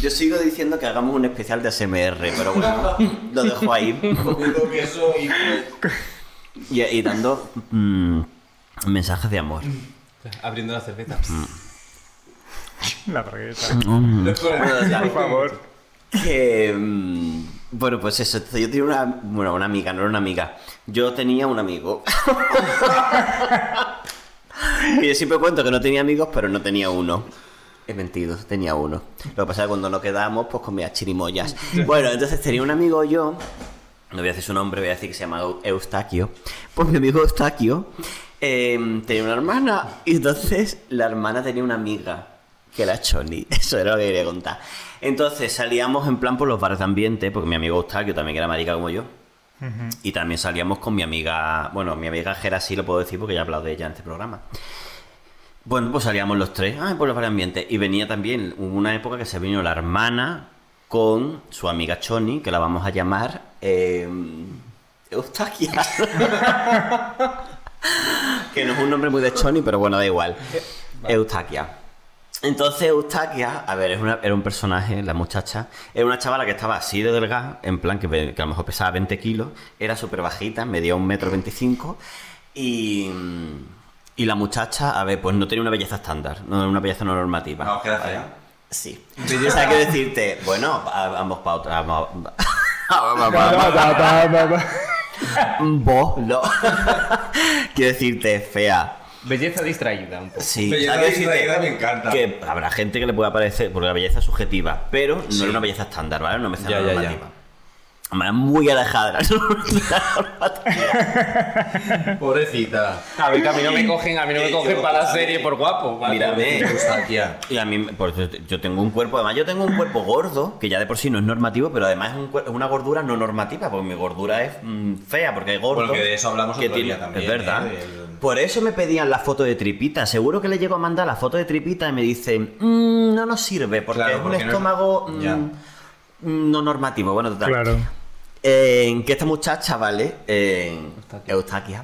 B: Yo sigo diciendo que hagamos un especial de SMR, pero bueno, lo
A: (laughs)
B: dejo ahí.
C: Comiendo queso y...
B: Y, y dando mm, mensajes de amor.
D: Abriendo la cerveza.
A: La bragueta.
B: Por
A: favor.
B: Que, mm, bueno, pues eso. entonces Yo tenía una. Bueno, una amiga, no era una amiga. Yo tenía un amigo. (laughs) y yo siempre cuento que no tenía amigos, pero no tenía uno. He mentido, tenía uno. Lo que pasa es que cuando nos quedábamos, pues comía chirimoyas. Bueno, entonces tenía un amigo yo. No voy a decir su nombre, voy a decir que se llama Eu- Eustaquio. Pues mi amigo Eustaquio eh, tenía una hermana. Y entonces la hermana tenía una amiga. Que era Choni, (laughs) eso era lo que quería contar. Entonces salíamos en plan por los bares de ambiente, porque mi amigo Eustaquio también que era marica como yo. Y también salíamos con mi amiga, bueno, mi amiga Gera sí lo puedo decir porque ya he hablado de ella en este programa. Bueno, pues salíamos los tres, ah, por los varios ambientes. Y venía también, hubo una época que se vino la hermana con su amiga Choni, que la vamos a llamar eh, Eustaquia. que no es un nombre muy de Choni, pero bueno, da igual. Eustaquia. Entonces Eustaquia, a ver, es una- era un personaje, la muchacha, era una chavala que estaba así de delgada, en plan que, pe- que a lo mejor pesaba 20 kilos, era súper bajita, medía un metro 25 y, y la muchacha, a ver, pues no tenía una belleza estándar, no era una belleza no normativa.
C: No, queda fea.
B: Sí. O sea, hay que decirte, bueno, a- ambos pa' otra- ambos- Vos, no. Quiero decirte, fea.
D: Belleza distraída un poco.
B: Sí,
C: Pero yo
B: o sea,
C: la
B: quiero decirte-
C: distraída me encanta.
B: que habrá gente que le pueda parecer, porque la belleza es subjetiva, pero no
C: Sí.
B: era una belleza estándar, ¿vale? Una belleza
D: Ya, ya, ya.
B: normativa. Hombre, Muy alejada de la (laughs) normativa.
C: Pobrecita.
D: A ver, que a mí no
C: (laughs)
D: me cogen, a mí no me
B: Eh,
D: cogen
B: yo-
D: para la serie por guapo. ¿vale?
B: Mírame.
C: Eustaquia.
B: Y a mí, por eso yo tengo un cuerpo, además yo tengo un cuerpo gordo, que ya de por sí no es normativo, pero además es, un cuer- es una gordura no normativa, porque mi gordura es mm, fea, porque hay gordo.
C: Porque de eso hablamos otro día también,
B: Es verdad.
C: ¿eh? Del-
B: Por eso me pedían la foto de tripita. Seguro que le llego a mandar la foto de tripita y me dicen, "Mm, no nos sirve, porque
C: Claro,
B: es
C: porque no
B: un
C: es-
B: estómago mm,
C: Ya.
B: mm, no normativo. Bueno, total.
A: Claro.
B: En que esta muchacha, ¿vale? En Eustaquia.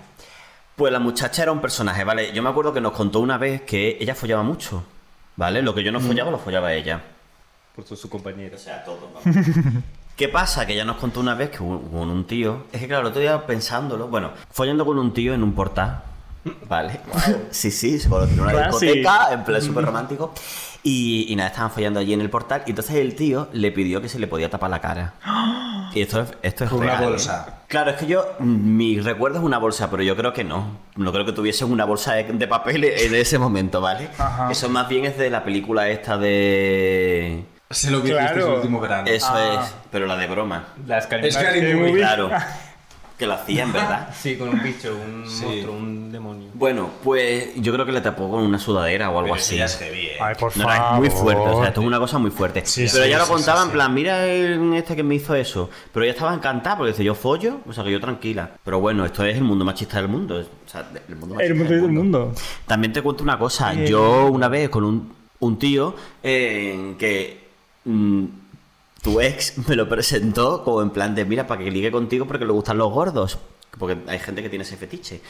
B: Pues la muchacha era un personaje, ¿vale? Yo me acuerdo que nos contó una vez que ella follaba mucho, ¿vale? Lo que yo no follaba, lo follaba ella.
D: Por su, su compañero.
C: (laughs)
B: ¿Qué pasa? Que ya nos contó una vez que hubo- con un tío. Es que claro, el otro día pensándolo. Bueno, follando con un tío en un portal. Vale. (laughs) Sí, sí, se conoció en una
A: Classy.
B: discoteca, en
C: (laughs)
B: plan súper romántico. Y, y nada, estaban follando allí en el portal. Y entonces el tío le pidió que se le podía tapar
C: (gasps)
B: la cara. Y esto es, esto es
C: Con una
B: real, ¿eh?
C: bolsa.
B: Claro, es que yo, mm, mi recuerdo es una bolsa, pero yo creo que no. No creo que tuviesen una bolsa de, de papel en ese momento, ¿vale?
A: Ajá.
B: Eso más bien es de la película esta de...
C: Se lo que
A: Claro.
C: hiciste el último verano. Ah.
B: Eso
A: Ah.
B: es, pero la de broma.
D: Las
C: Es que
D: cariñas.
C: hay
A: Movie.
C: muy...
B: Claro. Que lo hacía,
C: (laughs)
B: en verdad.
D: Sí, con un bicho, un
C: Sí.
D: monstruo, un demonio.
B: Bueno, pues yo creo que le tapó con una sudadera o algo
C: Pero eso
B: así.
C: ya es heavy, ¿eh?
A: (laughs) Ay, por
B: No, no,
A: favor.
B: es muy fuerte, o sea, esto es una cosa muy fuerte.
A: Sí,
B: pero
A: sí,
B: ya lo
A: sí,
B: contaba
A: sí,
B: en
A: sí.
B: plan, mira el este que me hizo eso. Pero ella estaba encantada porque dice, yo follo, o sea que yo tranquila. Pero bueno, esto es el mundo machista del mundo. O sea, el mundo machista
A: El mundo del mundo.
B: También te cuento una cosa. Yo una vez con un, un tío eh, que mm, tu ex (laughs) me lo presentó como en plan de mira para que ligue contigo porque le gustan los gordos. Porque hay gente que tiene ese fetiche.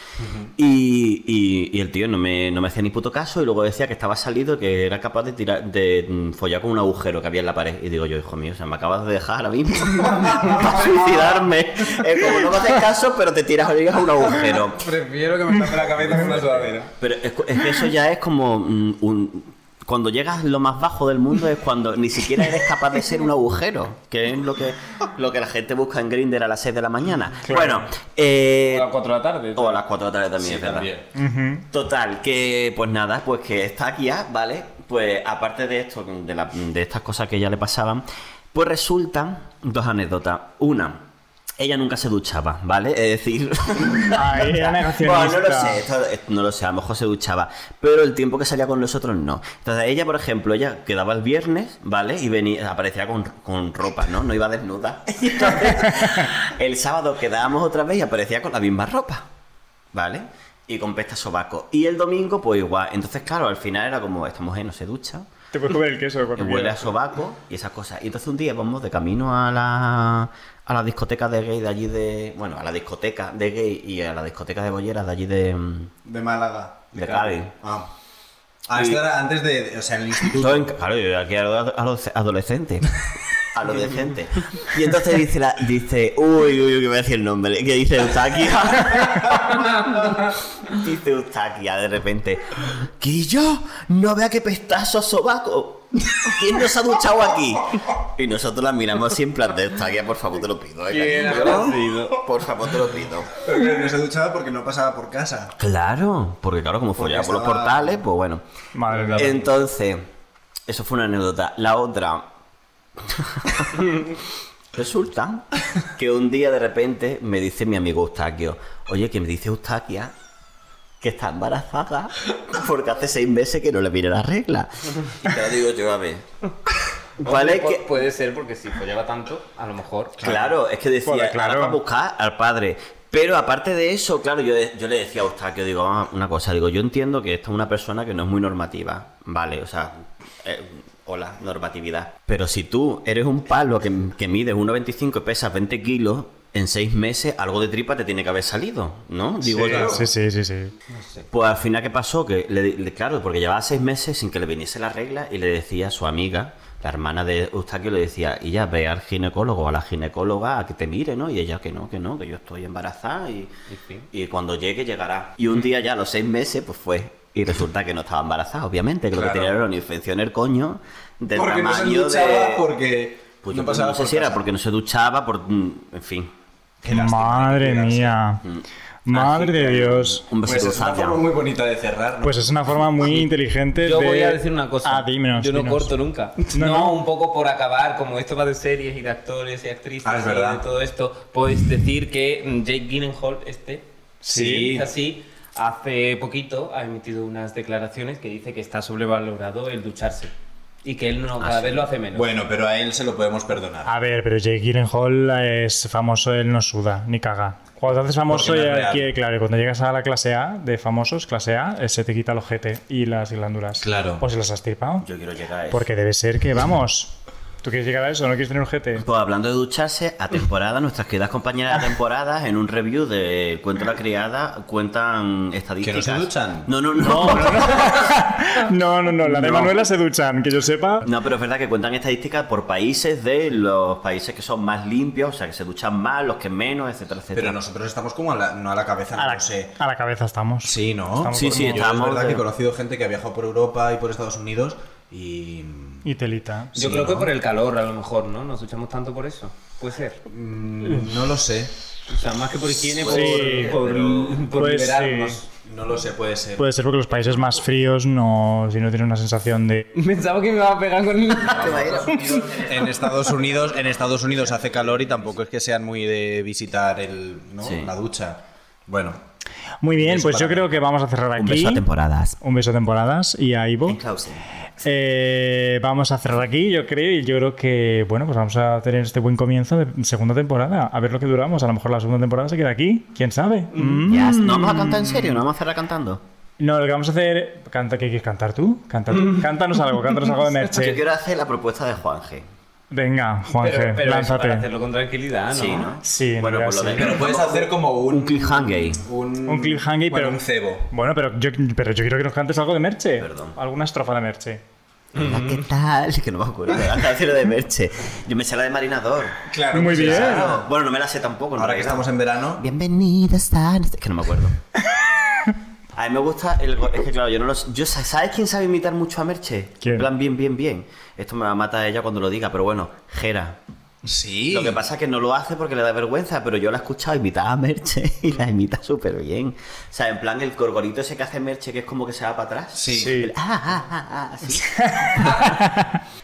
B: y, y- y el tío no me, no me hacía ni puto caso y luego decía que estaba salido, que era capaz de tirar de mm, follar con un agujero que había en la pared. Y digo yo, hijo mío, o sea, me acabas de dejar ahora mismo (laughs) para suicidarme. Es como no me haces caso, pero te tiras orillas a un agujero.
C: Prefiero que me tape la cabeza con una sudadera.
B: Pero es, cu- es que eso ya es como mm, un... Cuando llegas lo más bajo del mundo es cuando ni siquiera eres capaz de ser un agujero, que es lo que, lo que la gente busca en Grindr a las 6 de la mañana. Bueno, eh,
D: A las 4 de la tarde.
B: o a las 4 de la tarde también, es verdad.
C: También.
B: Total, que pues nada, pues que esta guía, ¿vale? Pues aparte de esto, de, la- de estas cosas que ya le pasaban, pues resultan dos anécdotas. Una, Ella nunca se duchaba, ¿vale? Es decir. (laughs)
A: Ay, era
B: Bueno, no
A: negacionista.
B: lo sé, esto- esto no lo sé, a lo mejor se duchaba. Pero el tiempo que salía con los otros no. Entonces, ella, por ejemplo, ella quedaba el viernes, ¿vale? Y venía, aparecía con, con ropa, ¿no? No iba desnuda. Y entonces, el sábado quedábamos otra vez y aparecía con la misma ropa, ¿vale? Y con pesta sobaco. Y el domingo, pues igual. Entonces, claro, al final era como, esta mujer no se ducha.
A: Te puedes comer el queso cuando
B: Huele a
A: quieras.
B: sobaco y esas cosas. Y entonces un día vamos de camino a la, a la discoteca de gay de allí de. Bueno, a la discoteca de gay y a la discoteca de bolleras de allí de. mm,
C: De Málaga.
B: De Cádiz.
C: Ah. Ah, esto era antes de, de- O sea, en el instituto.
B: Todo en- claro, yo aquí a los a los (laughs) adolescentes. A los decentes. Y entonces dice, la, dice uy, uy, uy, que voy a decir el nombre. Que dice (laughs) Eustaquia. dice Eustaquia de repente. Quillo, no vea que pestazo a sobaco. ¿Quién nos ha duchado aquí? Y nosotros la miramos siempre de Eustaquia, por favor, te lo pido. eh,
C: ¿Quién
B: cariño.
C: habrá
B: Por favor, te lo pido.
C: Pero que no se duchaba porque no pasaba por casa.
B: Claro, porque claro, como follaba por los
C: estaba-
B: portales, pues bueno.
A: Madre mía.
B: Entonces, eso fue una anécdota. La (laughs) otra. Resulta que un día de repente me dice mi amigo Eustaquio, oye, que me dice Eustaquia que está embarazada porque hace seis meses que no le viene la regla. (laughs) Y te lo digo yo, a ver. pues, ¿Vale?
D: Pu-
B: Que-
D: Puede ser porque si follaba tanto, a lo mejor.
B: Claro, es que decía,
A: Joder, claro.
B: claro. a buscar al padre. Pero aparte de eso, claro, yo, yo le decía a Eustaquio, digo, "Ah, una cosa, digo, yo entiendo que esta es una persona que no es muy normativa, ¿vale? O sea, eh, hola, normatividad. Pero si tú eres un palo que, que mides 1,25 y pesas 20 kilos, en seis meses algo de tripa te tiene que haber salido, ¿no? Digo yo.
A: Sí, sí, sí, sí.
B: Pues al final, ¿qué pasó? Que le, le- claro, porque llevaba seis meses sin que le viniese la regla y le decía a su amiga, la hermana de Eustaquio, le decía, y ya ve al ginecólogo o a la ginecóloga a que te mire, ¿no? Y ella que no, que no, que yo estoy embarazada y, y cuando llegue llegará. Y un día ya, a los seis meses, pues fue. Y resulta que no estaba embarazada, obviamente, que lo que
C: Claro.
B: tenía era una infección en el coño del
C: Porque no se
B: tamaño
C: duchaba
B: de...
C: porque
B: Pues yo
C: no pasaba
B: no sé
C: por
B: si era
C: casa.
B: porque no se duchaba, por... mm, En fin.
A: Madre mía. Madre de Dios.
B: Un
C: Pues
B: besito,
C: es una
B: Eustaquio.
C: forma muy bonita de cerrar, ¿no?
A: Pues es una forma muy inteligente
D: Yo
A: de...
D: voy a decir una cosa.
A: Ah, dímenos,
D: Yo no
A: dinos.
D: corto nunca.
A: No,
D: (laughs) No,
A: no.
D: un poco por acabar, como esto va de series y de actores y actrices
C: Ah, es
D: y
C: verdad.
D: de todo esto, podéis decir que mm, Jake Gyllenhaal, este,
C: Sí.
D: es así, hace poquito ha emitido unas declaraciones que dice que está sobrevalorado el ducharse y que él no, cada vez lo hace menos.
C: Bueno, pero a él se lo podemos perdonar.
A: A ver, pero Jake Gyllenhaal es famoso, él no suda, ni caga. Cuando te haces famoso,
C: Porque no es
A: ya
C: real.
A: que- claro, cuando llegas a la clase A de famosos, clase A, eh, se te quita el ojete y las glándulas.
C: Claro.
A: O se las has tripado.
B: Yo quiero llegar a eso.
A: Porque debe ser que, vamos, ¿tú quieres llegar a eso? ¿No quieres tener ojete?
B: Pues hablando de ducharse, a temporada, nuestras queridas compañeras de temporada, en un review de Cuento la Criada, cuentan estadísticas.
C: ¿Que no se duchan?
B: No, no, no. No,
A: No, no, no, la de
B: No.
A: Manuela se duchan, que yo sepa.
B: pero es verdad que cuentan estadísticas por países de los países que son más limpios, o sea, que se duchan más, los que menos, etcétera, etcétera.
C: Pero nosotros estamos como a la, no a la cabeza,
A: A
C: no
A: la,
C: lo sé.
A: a la cabeza estamos.
C: Sí, ¿no?
A: Estamos Sí, por- sí,
C: Yo
B: estamos
C: Es verdad
B: de-
C: que he conocido gente que ha viajado por Europa y por Estados Unidos y...
A: Y telita.
C: sí,
D: Yo creo que
C: ¿no?
D: por el calor, a lo mejor, ¿no? Nos duchamos tanto por eso. Puede ser.
C: mm, No lo sé.
D: O sea, más que por higiene, por,
A: Sí,
D: por,
A: pero-
D: (laughs) por
A: pues
D: liberarnos.
A: sí.
C: No lo sé, puede ser.
A: Puede ser porque los países más fríos no, si no tienen una sensación de...
D: (laughs) Pensaba que me iba a pegar con el...
C: en Estados Unidos, en Estados Unidos hace calor y tampoco es que sean muy de visitar el, ¿no?
B: Sí.
C: la ducha. Bueno,
A: Muy bien,
C: Beso
A: pues yo
C: para-
A: creo que vamos a cerrar aquí.
B: Un beso a temporadas.
A: Un beso a temporadas y a Ivo.
B: En Clausen.
A: Eh, vamos a cerrar aquí, yo creo, y yo creo que, bueno, pues vamos a tener este buen comienzo de segunda temporada. A ver lo que duramos. A lo mejor la segunda temporada se queda aquí, quién sabe. Mm.
B: Ya, no vamos a cantar en serio, no vamos a cerrar cantando.
A: No, lo que vamos a hacer. Canta, ¿Qué quieres cantar tú? Canta, Cántanos algo, cántanos algo de
B: Yo
A: Merche.
B: quiero hacer la propuesta de Juanje.
A: Venga, Juanje,
D: Pero, pero eso
A: lánzate.
D: para hacerlo con tranquilidad, Ah, ¿no?
B: Sí, ¿no?
A: Sí,
B: bueno,
A: no
B: pues lo
A: veas,
B: de-
A: sí.
C: pero puedes hacer como
B: Un
C: un
B: cliffhanger.
C: un,
A: Un cliffhanger,
C: bueno,
A: pero-
C: un cebo.
A: Bueno, pero yo, pero yo quiero que nos cantes algo de Merche.
B: Perdón.
A: Alguna estrofa de Merche.
B: Hola, ¿Qué tal? (laughs) Que no
C: (laughs)
B: me acuerdo. La canción de Merche. Yo me sé la de Marinador.
C: Claro,
A: Muy
C: sí,
A: bien.
C: claro.
B: Claro. Bueno, no me la sé tampoco. en
C: Ahora que
B: realidad.
C: estamos en verano,
B: Bienvenidas a... Es que no me acuerdo. A mí me gusta el... go- Es que claro, yo no lo sé. Yo, ¿Sabes quién sabe imitar mucho a Merche?
A: ¿Quién?
B: En plan, bien, bien, bien. Esto me la mata ella cuando lo diga, pero bueno, Jera.
C: sí.
B: Lo que pasa es que no lo hace porque le da vergüenza, pero yo la he escuchado imitar a Merche (laughs) y la imita súper bien. O sea, en plan, el corgorito ese que hace Merche, que es como que se va para atrás.
C: Sí.
B: El ah, ah, ah, ah, sí.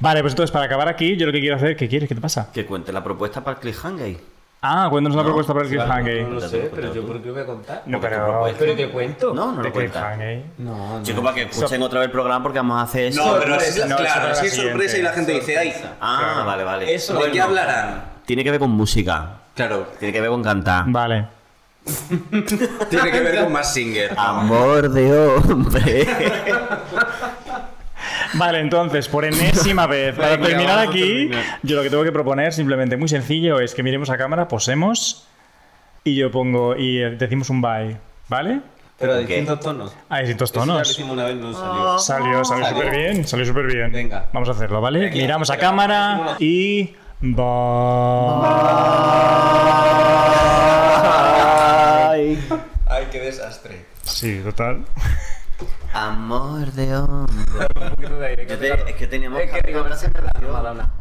A: Vale, pues entonces para acabar aquí, yo lo que quiero hacer, ¿qué quieres? ¿Qué te pasa?
B: Que cuente la propuesta para el cliffhanger.
A: Ah, cuéntanos una
B: No,
A: propuesta para el
B: claro,
A: cliffhanger.
D: No lo
B: Cuéntalo
D: sé,
B: tú,
D: pero
B: cuéntalo
D: yo
B: tú.
D: por qué voy a contar. Pues,
A: No,
B: porque tú
A: pero-
B: lo puedes-
D: Pero te cuento.
B: No, no
A: de
B: lo cuentas.
A: cliffhanger.
D: No, no.
B: Chicos, para que escuchen otra vez el programa porque vamos a hacer eso.
C: No, pero es,
D: Sorpresa,
A: no, eso
C: claro,
A: para
C: si
A: la
C: es sorpresa y la gente dice, ay,
B: Ah, vale, vale.
D: Eso
C: ¿de
D: del
C: qué
D: no.
C: hablarán?
B: Tiene que ver con música.
C: Claro,
B: Tiene que ver con cantar.
A: Vale.
C: tiene que ver con más Singer.
B: Amor de hombre. (laughs)
A: Vale, entonces, por
D: (laughs)
A: enésima vez, para
D: Venga,
A: terminar
D: vamos a
A: aquí,
D: terminar.
A: yo lo que tengo que proponer, simplemente muy sencillo, es que miremos a cámara, posemos y yo pongo y eh, decimos un bye, ¿vale?
D: Pero a
B: Ok.
D: distintos tonos.
A: Hay distintos
D: Eso ya lo
A: tonos.
D: hicimos una vez, no salió.
A: Salió, salió
D: Salió.
A: súper bien, salió súper bien.
D: Venga.
A: Vamos a hacerlo, ¿vale?
D: Venga,
A: Miramos a
D: pero
A: cámara
D: hicimos
A: y... Bye.
C: Ay, qué desastre.
A: Sí, total.
B: Amor de hombre. Yo te- es que teníamos que hacer una separación.